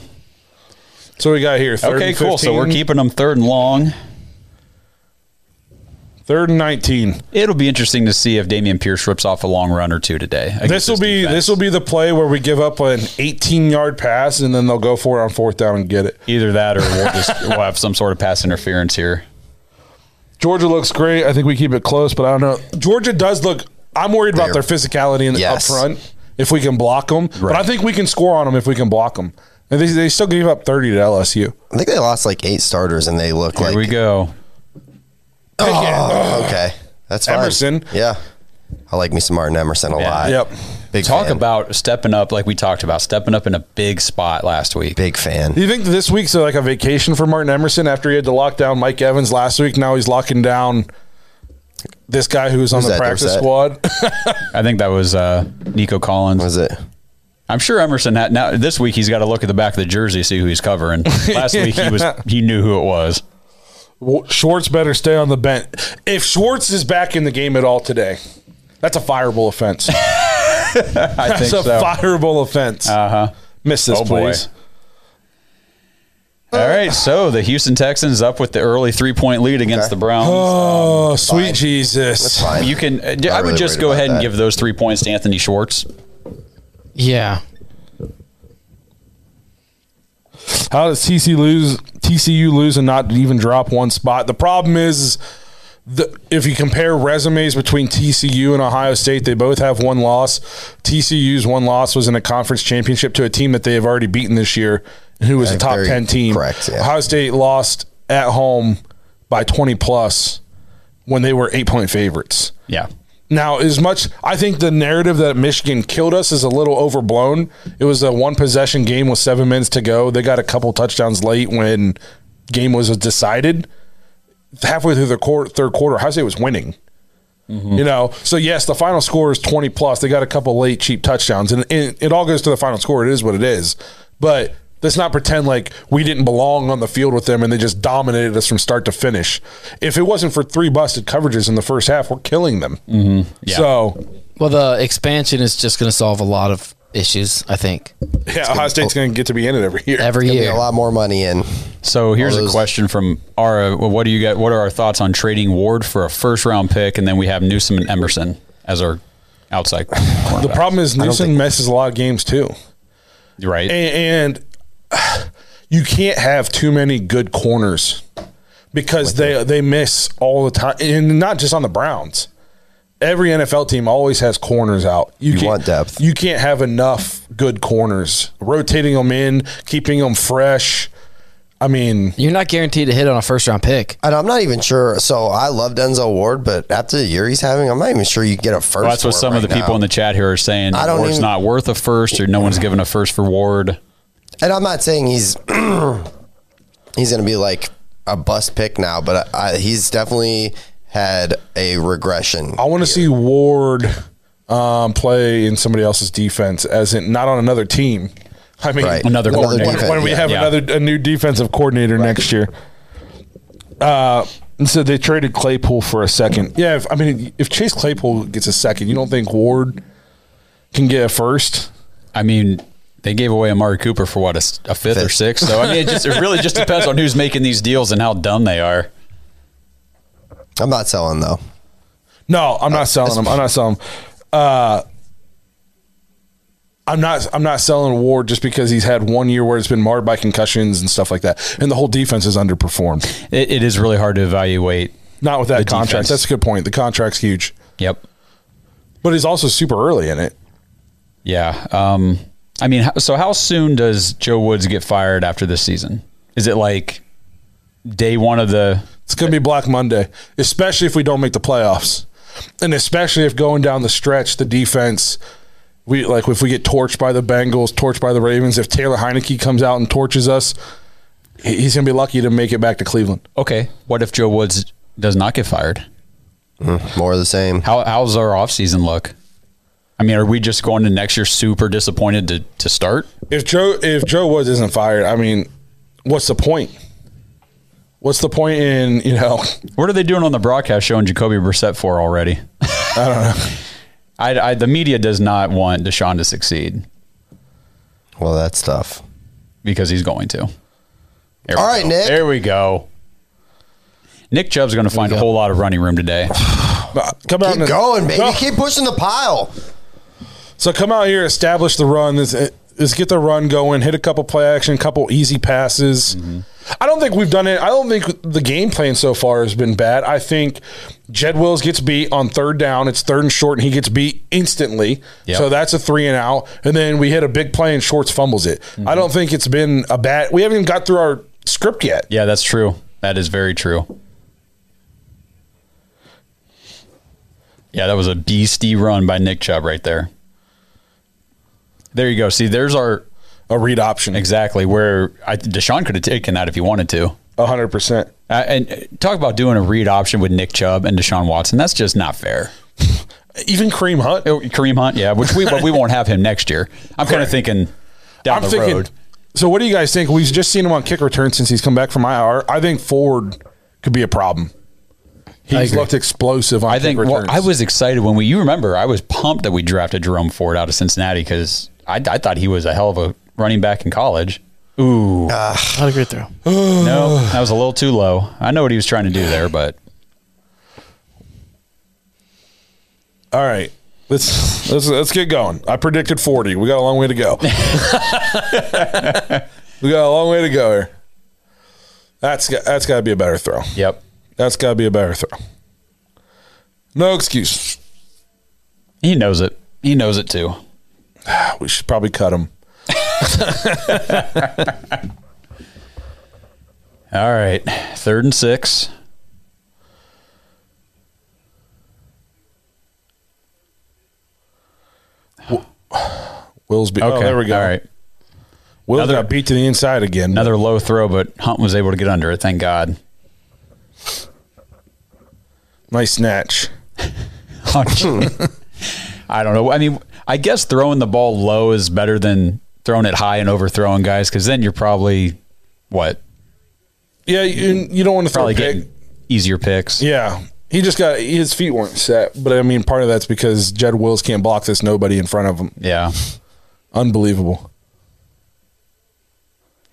So we got here. Third Okay, and cool. So we're 15. keeping them third and long. Third and nineteen. It'll be interesting to see if Damian Pierce rips off a long run or two today. against This will be defense. this will be the play where we give up an 18 yard pass and then they'll go for it on fourth down and get it. either that or we'll just we'll have some sort of pass interference here. Georgia looks great. I think we keep it close, but I don't know. Georgia does look. I'm worried about their physicality in, Yes. up front if we can block them, but Right. I think we can score on them if we can block them. And they, they still gave up 30 to LSU. I think they lost like eight starters, and they look Here like we go. Oh, okay, that's fine. Emerson. Yeah, I like me some Martin Emerson a Yeah. lot. Yep. Big Talk fan. about stepping up, like we talked about, stepping up in a big spot last week. big fan. Do you think that this week's uh, like a vacation for Martin Emerson after he had to lock down Mike Evans last week? Now he's locking down this guy who was on Who's the that, practice Dorsett? squad. I think that was uh, Nico Collins. Was it? I'm sure Emerson had, now this week he's got to look at the back of the jersey see who he's covering. Last week he was he knew who it was. Well, Schwartz better stay on the bench. If Schwartz is back in the game at all today, that's a fireable offense. I think That's a so. fireable offense. Uh huh. Miss this, Oh, boy. please. All right, so the Houston Texans up with the early three point lead against the Browns. Oh, sweet Jesus. Fine. you can. uh, I would really just worried go about ahead and that. give those three points to Anthony Schwartz. Yeah. How does TC lose? TCU lose and not even drop one spot. The problem is, is the, if you compare resumes between TCU and Ohio State, they both have one loss. TCU's one loss was in a conference championship to a team that they have already beaten this year, and who was a Yeah, top very ten team. correct, yeah. Ohio State lost at home by twenty plus when they were eight point favorites. Yeah, Now, as much I think the narrative that Michigan killed us is a little overblown. It was a one possession game with seven minutes to go. They got a couple touchdowns late when game was decided. Halfway through the quar third quarter, Ohio State was winning. You know, so yes, the final score is twenty plus. They got a couple late cheap touchdowns, and it, it all goes to the final score. It is what it is. But let's not pretend like we didn't belong on the field with them, and they just dominated us from start to finish. If it wasn't for three busted coverages in the first half, we're killing them. So Well, the expansion is just going to solve a lot of issues, I think, yeah, Ohio State's going to get to be in it every year. every Gonna be year. a lot more money in. So here's a those- question from our. well, What do you got? What are our thoughts on trading Ward for a first round pick, and then we have Newsom and Emerson as our outside. the cornerback, problem is Newsom messes a lot of games too, right? and, and you can't have too many good corners because they they miss all the time, and not just on the Browns. Every NFL team always has corners out. You can't- want depth. You can't have enough good corners. Rotating them in, keeping them fresh. I mean, You're not guaranteed to hit on a first round pick. And I'm not even sure. So I love Denzel Ward, but after the year he's having, I'm not even sure you can get a first. Well, that's what for him some of the right people now. in the chat here are saying. I don't Ward's even- not worth a first, or no one's given a first for Ward. And I'm not saying he's he's going to be like a bust pick now, but I, he's definitely had a regression. I want to see Ward um, play in somebody else's defense, as in not on another team. I mean, Right. Another Another coordinator. defense. when we yeah. have Yeah. another a new defensive coordinator next year. Uh, and so they traded Claypool for a second. Yeah, if, I mean, if Chase Claypool gets a second, you don't think Ward can get a first? I mean, they gave away Amari Cooper for what a, s- a fifth, or Fifth. sixth. So I mean, it just it really just depends on who's making these deals and how dumb they are. I'm not selling though. No, I'm not selling them. I'm not selling. 'em. Uh, I'm not. I'm not selling Ward just because he's had one year where it's been marred by concussions and stuff like that, and the whole defense is underperformed. It, it is really hard to evaluate. Not with that The contract. defense. That's a good point. The contract's huge, Yep. but he's also super early in it. Yeah. Um, I mean, how- so how soon does Joe Woods get fired after this season? Is it like day one of the? It's going to be Black Monday, especially if we don't make the playoffs, and especially if going down the stretch, the defense. We like if we get torched by the Bengals, torched by the Ravens. If Taylor Heineke comes out and torches us, he- he's going to be lucky to make it back to Cleveland. Okay. What if Joe Woods does not get fired? More of the same. How how's our offseason look? I mean, are we just going to next year super disappointed to to start? if Joe if Joe Woods isn't fired, I mean, what's the point? What's the point in you know? What are they doing on the broadcast showing Jacoby Brissett for already? I don't know. I, the media does not want Deshaun to succeed Well, that's tough. because he's going to. There we All right, go. Nick. There we go. Nick Chubb's going to find a whole lot of running room today. Come out Keep and- going, baby. Go. Keep pushing the pile. So come out here, establish the run. Let's, eh, let's get the run going. Hit a couple play action, couple easy passes. Mm-hmm. I don't think we've done it. I don't think the game plan so far has been bad. I think Jed Wills gets beat on third down. It's third and short, and he gets beat instantly. Yep. So that's a three and out. And then we hit a big play, and Schwartz fumbles it. I Mm-hmm. don't think it's been a bad. We haven't even got through our script yet. Yeah, that's true. That is very true. Yeah, that was a beastie run by Nick Chubb right there. There you go. See, there's our a read option. exactly where I, Deshaun could have taken that if he wanted to. hundred percent. Uh, and talk about doing a read option with Nick Chubb and Deshaun Watson. That's just not fair. Even Cream Hunt. Oh, Kareem Hunt, yeah, which we but we won't have him next year. I'm kind of Right. thinking down I'm the thinking. road. So what do you guys think? We've just seen him on kick return since he's come back from IR. I think Ford could be a problem. He's agree. looked explosive on I kick think. Well, returns. I was excited when we. You remember, I was pumped that we drafted Jerome Ford out of Cincinnati because I, I thought he was a hell of a running back in college. Ooh, Not a great throw. no, that was a little too low. I know what he was trying to do there, but All right. Let's let's let's get going. I predicted 40. We got a long way to go. we got a long way to go here. That's got, that's got to be a better throw. yep, That's got to be a better throw. No excuse. he knows it. He knows it too. Ah, We should probably cut him. All right, third and six. Will's be Okay, Oh, there we go. All right, Will Another- got beat to the inside again. another low throw, but Hunt was able to get under it. Thank God. nice snatch. I don't know. I mean, I guess throwing the ball low is better than throwing it high and overthrowing guys because then you're probably what Yeah, you, you don't want to throw probably a pick. getting easier picks. Yeah. He just got his feet weren't set, but I mean part of that's because Jed Wills can't block this nobody in front of him. Yeah. Unbelievable.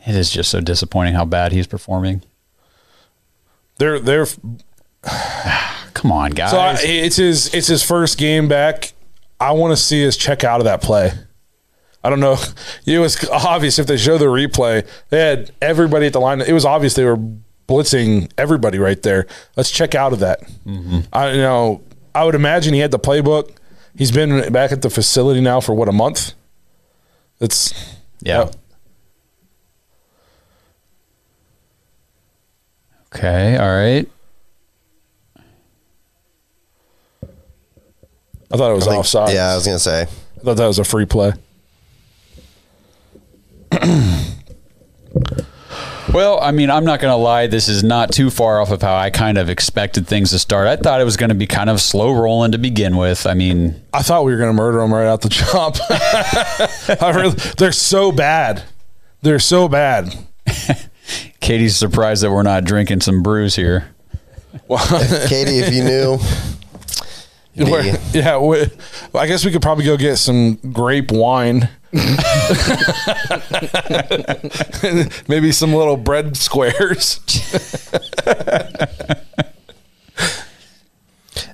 It is just so disappointing how bad he's performing. They're they're Come on, guys. So I, it's his it's his first game back. I want to see us check out of that play. I don't know. It was obvious if they show the replay. They had everybody at the line. It was obvious they were blitzing everybody right there. Let's check out of that. Mm-hmm. I you know. I would imagine he had the playbook. He's been back at the facility now for what a month. That's yeah. Okay. All right. I thought it was I think- offside. Yeah, I was gonna say. I thought that was a free play. Well, I mean, I'm not going to lie. This is not too far off of how I kind of expected things to start. I thought it was going to be kind of slow rolling to begin with. I mean, I thought we were going to murder them right out the jump. I really, they're so bad. They're so bad. Katie's surprised that we're not drinking some brews here. Katie, if you knew, you'd be- We're- yeah, we, I guess we could probably go get some grape wine. Maybe some little bread squares.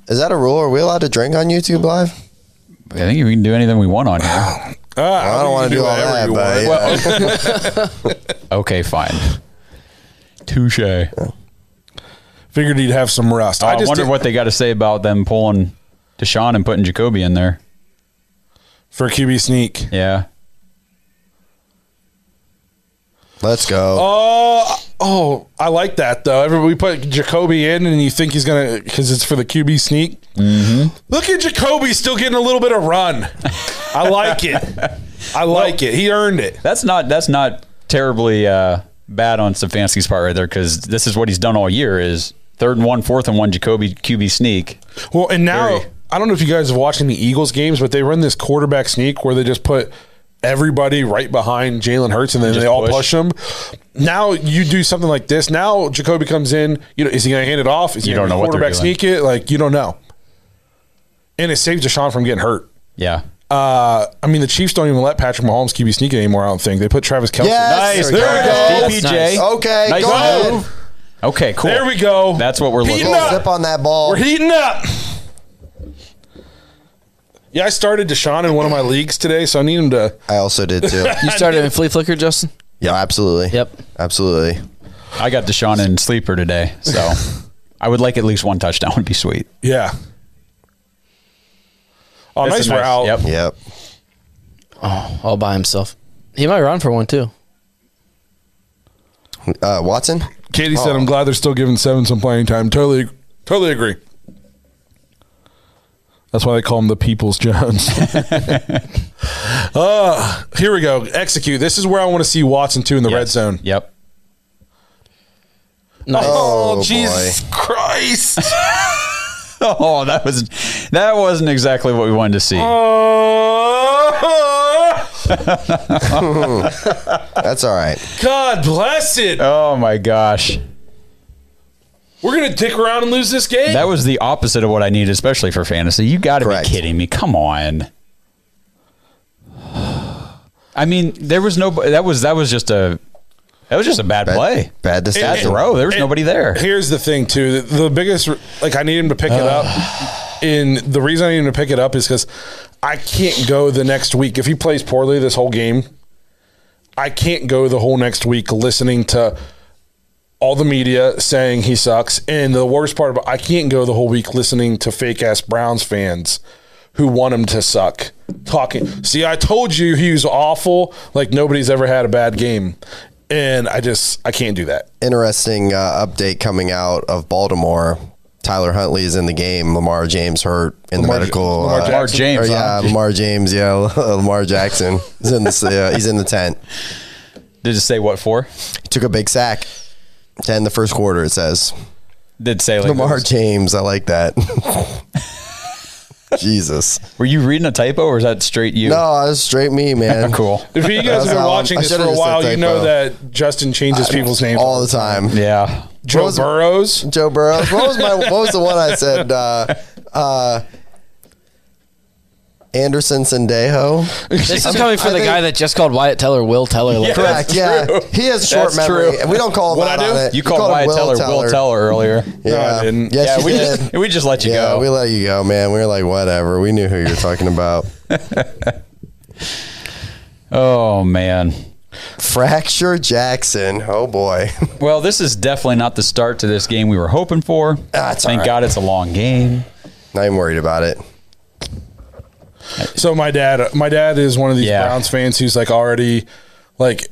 is that a rule? Are we allowed to drink on YouTube Live? I think we can do anything we want on here. Uh, I don't want to do all that, but yeah. Okay, fine. Touche. I, Figured he'd have some rust. I just Oh, wonder did- what they got to say about them pulling Deshaun and putting Jacoby in there. for a QB sneak. Yeah. let's go. Oh, oh, I like that though. Every, we put Jacoby in, and you think he's gonna because it's for the QB sneak. Look at Jacoby still getting a little bit of run. I like it. I like it. He earned it. That's not that's not terribly uh, bad on Stefanski's part right there because this is what he's done all year is third and one, fourth and one Jacoby QB sneak. Well, and now Very. I don't know if you guys are watching the Eagles games, but they run this quarterback sneak where they just put everybody right behind Jalen Hurts, and then they all push. push him. Now you do something like this. Now Jacoby comes in. You know, is he going to hand it off? Is he You going don't to know what they're quarterback doing. sneak it? Like you don't know. And it saves Deshaun from getting hurt. Yeah. Uh, I mean, the Chiefs don't even let Patrick Mahomes QB sneak it anymore. I don't think they put Travis Kelsey. Yes, Nice. there There we we go. go. DPJ. Okay, Nice go ahead. move. Okay, cool. There we go. That's what we're Heating looking up. for. Zip on that ball. We're heating up. Yeah, I started Deshaun in one of my leagues today, so I need him to. I also did too. You started in flea flicker, Justin. yeah, absolutely. Yep. Absolutely. I got Deshaun in sleeper today, so I would like at least one touchdown would be sweet. Yeah. Oh, That's nice, a we're out. Yep. Yep. All by himself. He might run for one too. Uh, Watson. Katie said, Oh. "I'm glad they're still giving Seven some playing time." Totally, totally agree. That's why they call him the People's Jones. uh, here we go. Execute. This is where I want to see Watson too in the red zone. Yep. Nice. Oh, Oh, Jesus Christ. Oh, that was that wasn't exactly what we wanted to see. Oh, That's all right. God bless it. Oh my gosh. We're going to dick around and lose this game. That was the opposite of what I need, especially for fantasy. You got to be Correct. kidding me! Come on. I mean, there was no. That was that was just a That was just a bad, play. Bad Bad decision. throw. There was And nobody there. Here's the thing, too. The, the biggest, like, I need him to pick it up. And the reason I need him to pick it up is because I can't go the next week. If he plays poorly this whole game, I can't go the whole next week listening to all the media saying he sucks. And the worst part about I can't go the whole week listening to fake ass Browns fans who want him to suck. Talking, see, I told you he was awful. Like nobody's ever had a bad game, and I just I can't do that. Interesting uh, update coming out of Baltimore. Tyler Huntley is in the game. Lamar James hurt in Lamar- the medical. Lamar uh, Jackson. Mark James. or, huh? yeah, Lamar James. Yeah, Lamar Jackson. He's in the yeah, he's in the tent. Did it say what for? Took a big sack. Ten the first quarter. It says Did it say like Lamar James. I like that. Jesus. Were you reading a typo or is that straight you? No, that's straight me, man. Cool. If you guys That's have been all. watching I this for should've a just said while, you know typo. that Justin changes people's names all the time. Yeah. Joe Rose- Burrows. Joe Burrow. What was my? What was the one I said? Uh, uh, Anderson Sandejo. This is coming from I the think- guy that just called Wyatt Teller Will Teller. Like, Correct. Yeah, he has a short That's memory. true. We don't call him What'd that I on do? it. You We called call him Wyatt Teller, Will Teller earlier. Yeah. No, I didn't. Yes, yeah, you we did. just, we just let you yeah, go. we let you go, man. We were like, whatever. We knew who you were talking about. oh man. Fracture Jackson. Oh boy. Well, this is definitely not the start to this game we were hoping for. Ah, it's all Thank right. God it's a long game. Not even worried about it. So my dad, uh, my dad is one of these Yeah. Browns fans who's like already, like,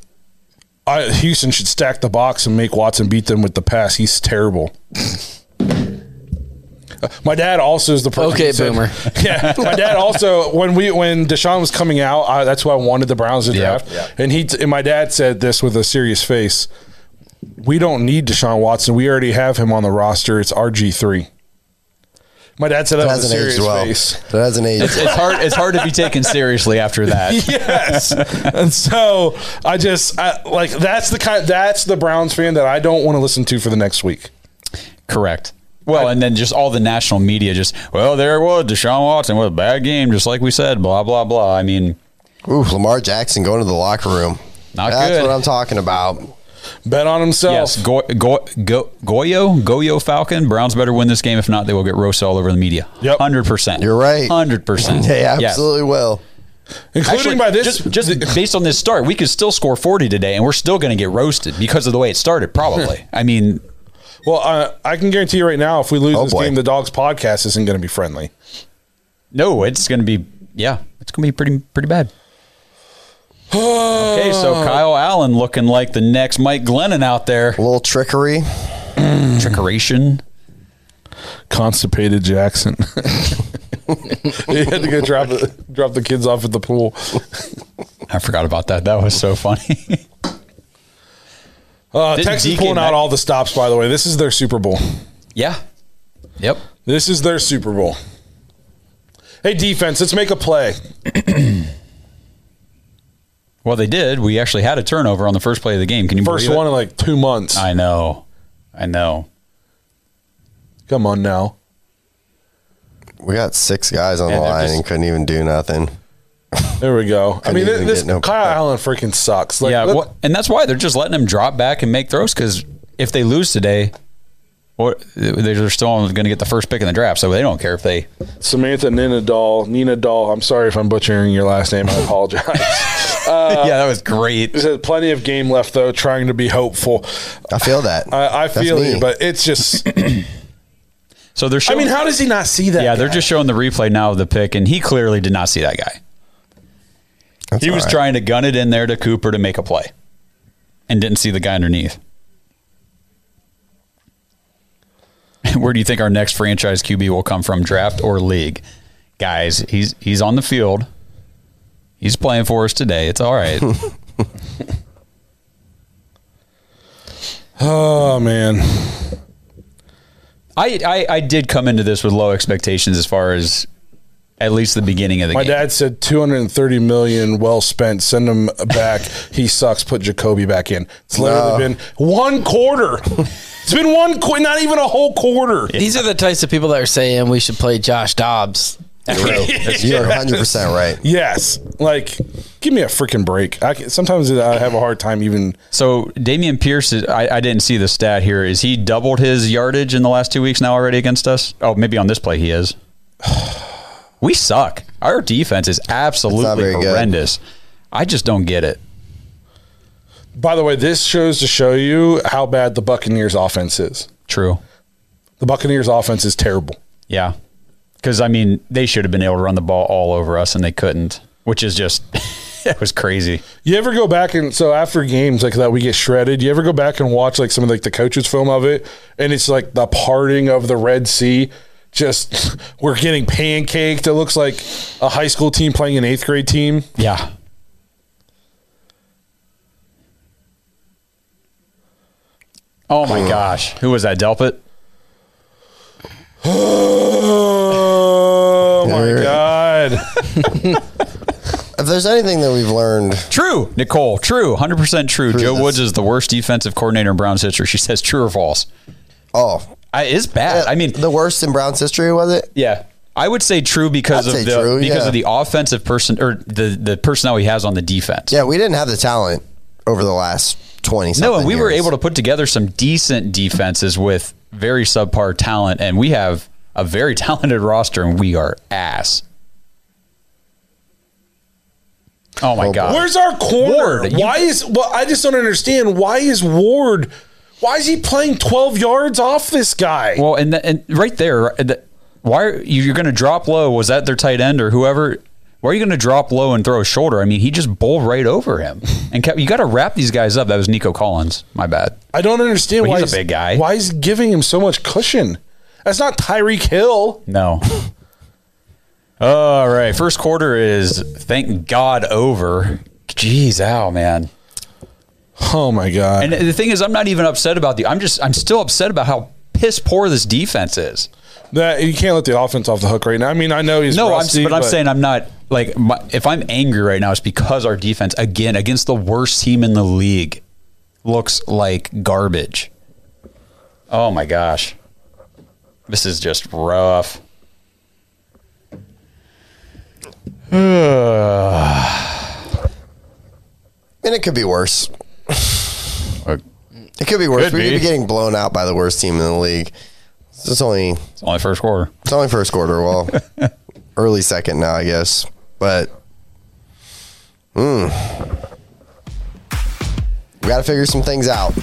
I, Houston should stack the box and make Watson beat them with the pass. He's terrible. My dad also is the person. Okay, who said- boomer. Yeah, my dad also when we when Deshaun was coming out, I, that's why I wanted the Browns to draft. And he t- and my dad said this with a serious face. We don't need Deshaun Watson. We already have him on the roster. It's RG three. My dad said that It with a hasn't aged serious well. face. It hasn't aged. It's hard it's hard to be taken seriously after that. yes. and so I just I, like that's the kind that's the Browns fan that I don't want to listen to for the next week. Correct. Well, and then just all the national media just, well, there it was. Deshaun Watson was a bad game, just like we said, blah, blah, blah. I mean, Ooh, Lamar Jackson going to the locker room. Not That's good. what I'm talking about. Bet on himself. yes, Go, Go, Go, Goyo, Goyo Falcon, Browns better win this game. If not, they will get roasted all over the media. Yep. 100%. You're right. 100%. They Yes. absolutely will. Including Actually, by this just, just based on this start, we could still score 40 today, and we're still going to get roasted because of the way it started, probably. I mean, well uh, I can guarantee you right now if we lose Oh, this boy. game the Dogs podcast isn't going to be friendly. no, it's going to be, yeah, it's going to be pretty, pretty bad. okay, so Uh. Kyle Allen looking like the next Mike Glennon out there. A little trickery. Mm. Trickeration. Constipated Jackson. he had to go drop the, drop the kids off at the pool. I forgot about that. That was so funny. Uh, Didn't Texas DK pulling out Metcalf- all the stops by the way. This is their Super Bowl. yeah. Yep. This is their Super Bowl. Hey defense, let's make a play. Well, they did. We actually had a turnover on the first play of the game. Can you First believe one It? in like 2 months. I know. I know. Come on now. We got six guys on Yeah, the they're line just- and couldn't even do nothing. There we go. I Couldn't mean, even this get no- Kyle Allen freaking sucks. Like, yeah. let- well, and that's why they're just letting him drop back and make throws because if they lose today, what they're still going to get the first pick in the draft, so they don't care if they. Samantha Ninadal, Nina Doll. I'm sorry if I'm butchering your last name. I apologize. Uh, yeah, that was great. There's plenty of game left though. Trying to be hopeful. I feel that. I, I That's feel me. you, but it's just. So they're. I Showing, mean, how does he not see that? Yeah, they're guy? just showing the replay now of the pick, and he clearly did not see that guy. That's he all was right. trying to gun it in there to Cooper to make a play, and didn't see the guy underneath. Where do you think our next franchise QB will come from, draft or league? Guys, he's he's on the field. He's playing for us today. It's all right. Oh man. I, I I did come into this with low expectations as far as at least the beginning of the My game. dad said 230 million well spent. Send him back. he sucks. Put Jacoby back in. It's literally been one quarter. it's been one, qu- not even a whole quarter. These are the types of people that are saying we should play Josh Dobbs. You're 100 percent right. Yes, like Give me a freaking break. I can, sometimes I have a hard time even. So Damian Pierce, is, I, I didn't see the stat here. Is he doubled his yardage in the last two weeks now already against us? Oh, maybe on this play he is. We suck. Our defense is absolutely very good. horrendous. I just don't get it. By the way, this shows to show you how bad the Buccaneers offense is. True. The Buccaneers offense is terrible. Yeah. Because, I mean, they should have been able to run the ball all over us and they couldn't, which is just, it was crazy. You ever go back and so after games like that we get shredded. You ever go back and watch like some of like the coaches film of it, and it's like the parting of the Red Sea. Just we're getting pancaked. It looks like a high school team playing an eighth grade team. Yeah. Oh my gosh. Who was that? Delpit? Oh my god! If there's anything that we've learned, True, Nicole. True, hundred percent true. Joe Woods is the worst defensive coordinator in Browns history. She says true or false. oh, I, it's bad. I mean, the worst in Browns history was it? yeah, I would say true because I'd of say the true, because yeah. of the offensive person or the the personnel he has on the defense. Yeah, we didn't have the talent over the last twenty. No, and we were able to put together some decent defenses with very subpar talent, and we have a very talented roster, and we are ass. Oh my god! Where's our corner? Ward, you- why is well? I just don't understand. Why is Ward? Why is he playing twelve yards off this guy? Well, and th- and right there, right, th- why are you, you're going to drop low? Was that their tight end or whoever? Why are you going to drop low and throw a shoulder? I mean, he just bowled right over him, and kept, you got to wrap these guys up. That was Nico Collins. My bad. I don't understand Well, why he's a big guy. Why is he giving him so much cushion? That's not Tyreek Hill. No. All right, first quarter is thank God over. Jeez, ow, man. Oh my god! And the thing is, I'm not even upset about the. I'm just, I'm still upset about how piss poor this defense is. that you can't let the offense off the hook right now. I mean, I know he's No, rusty, I'm, but I'm saying I'm not like my, if I'm angry right now, it's because our defense again against the worst team in the league looks like garbage. Oh my gosh, this is just rough. and it could be worse. It could be worse. Uh, Could we could be. be getting blown out by the worst team in the league. It's only It's only first quarter. it's only first quarter. Well, early second now, I guess. But mm, we got to figure some things out.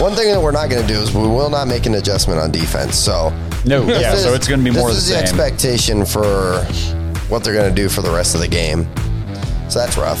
One thing that we're not going to do is we will not make an adjustment on defense. So No, this yeah, so is- it's going to be more of the This is same. the expectation for what they're going to do for the rest of the game. So that's rough.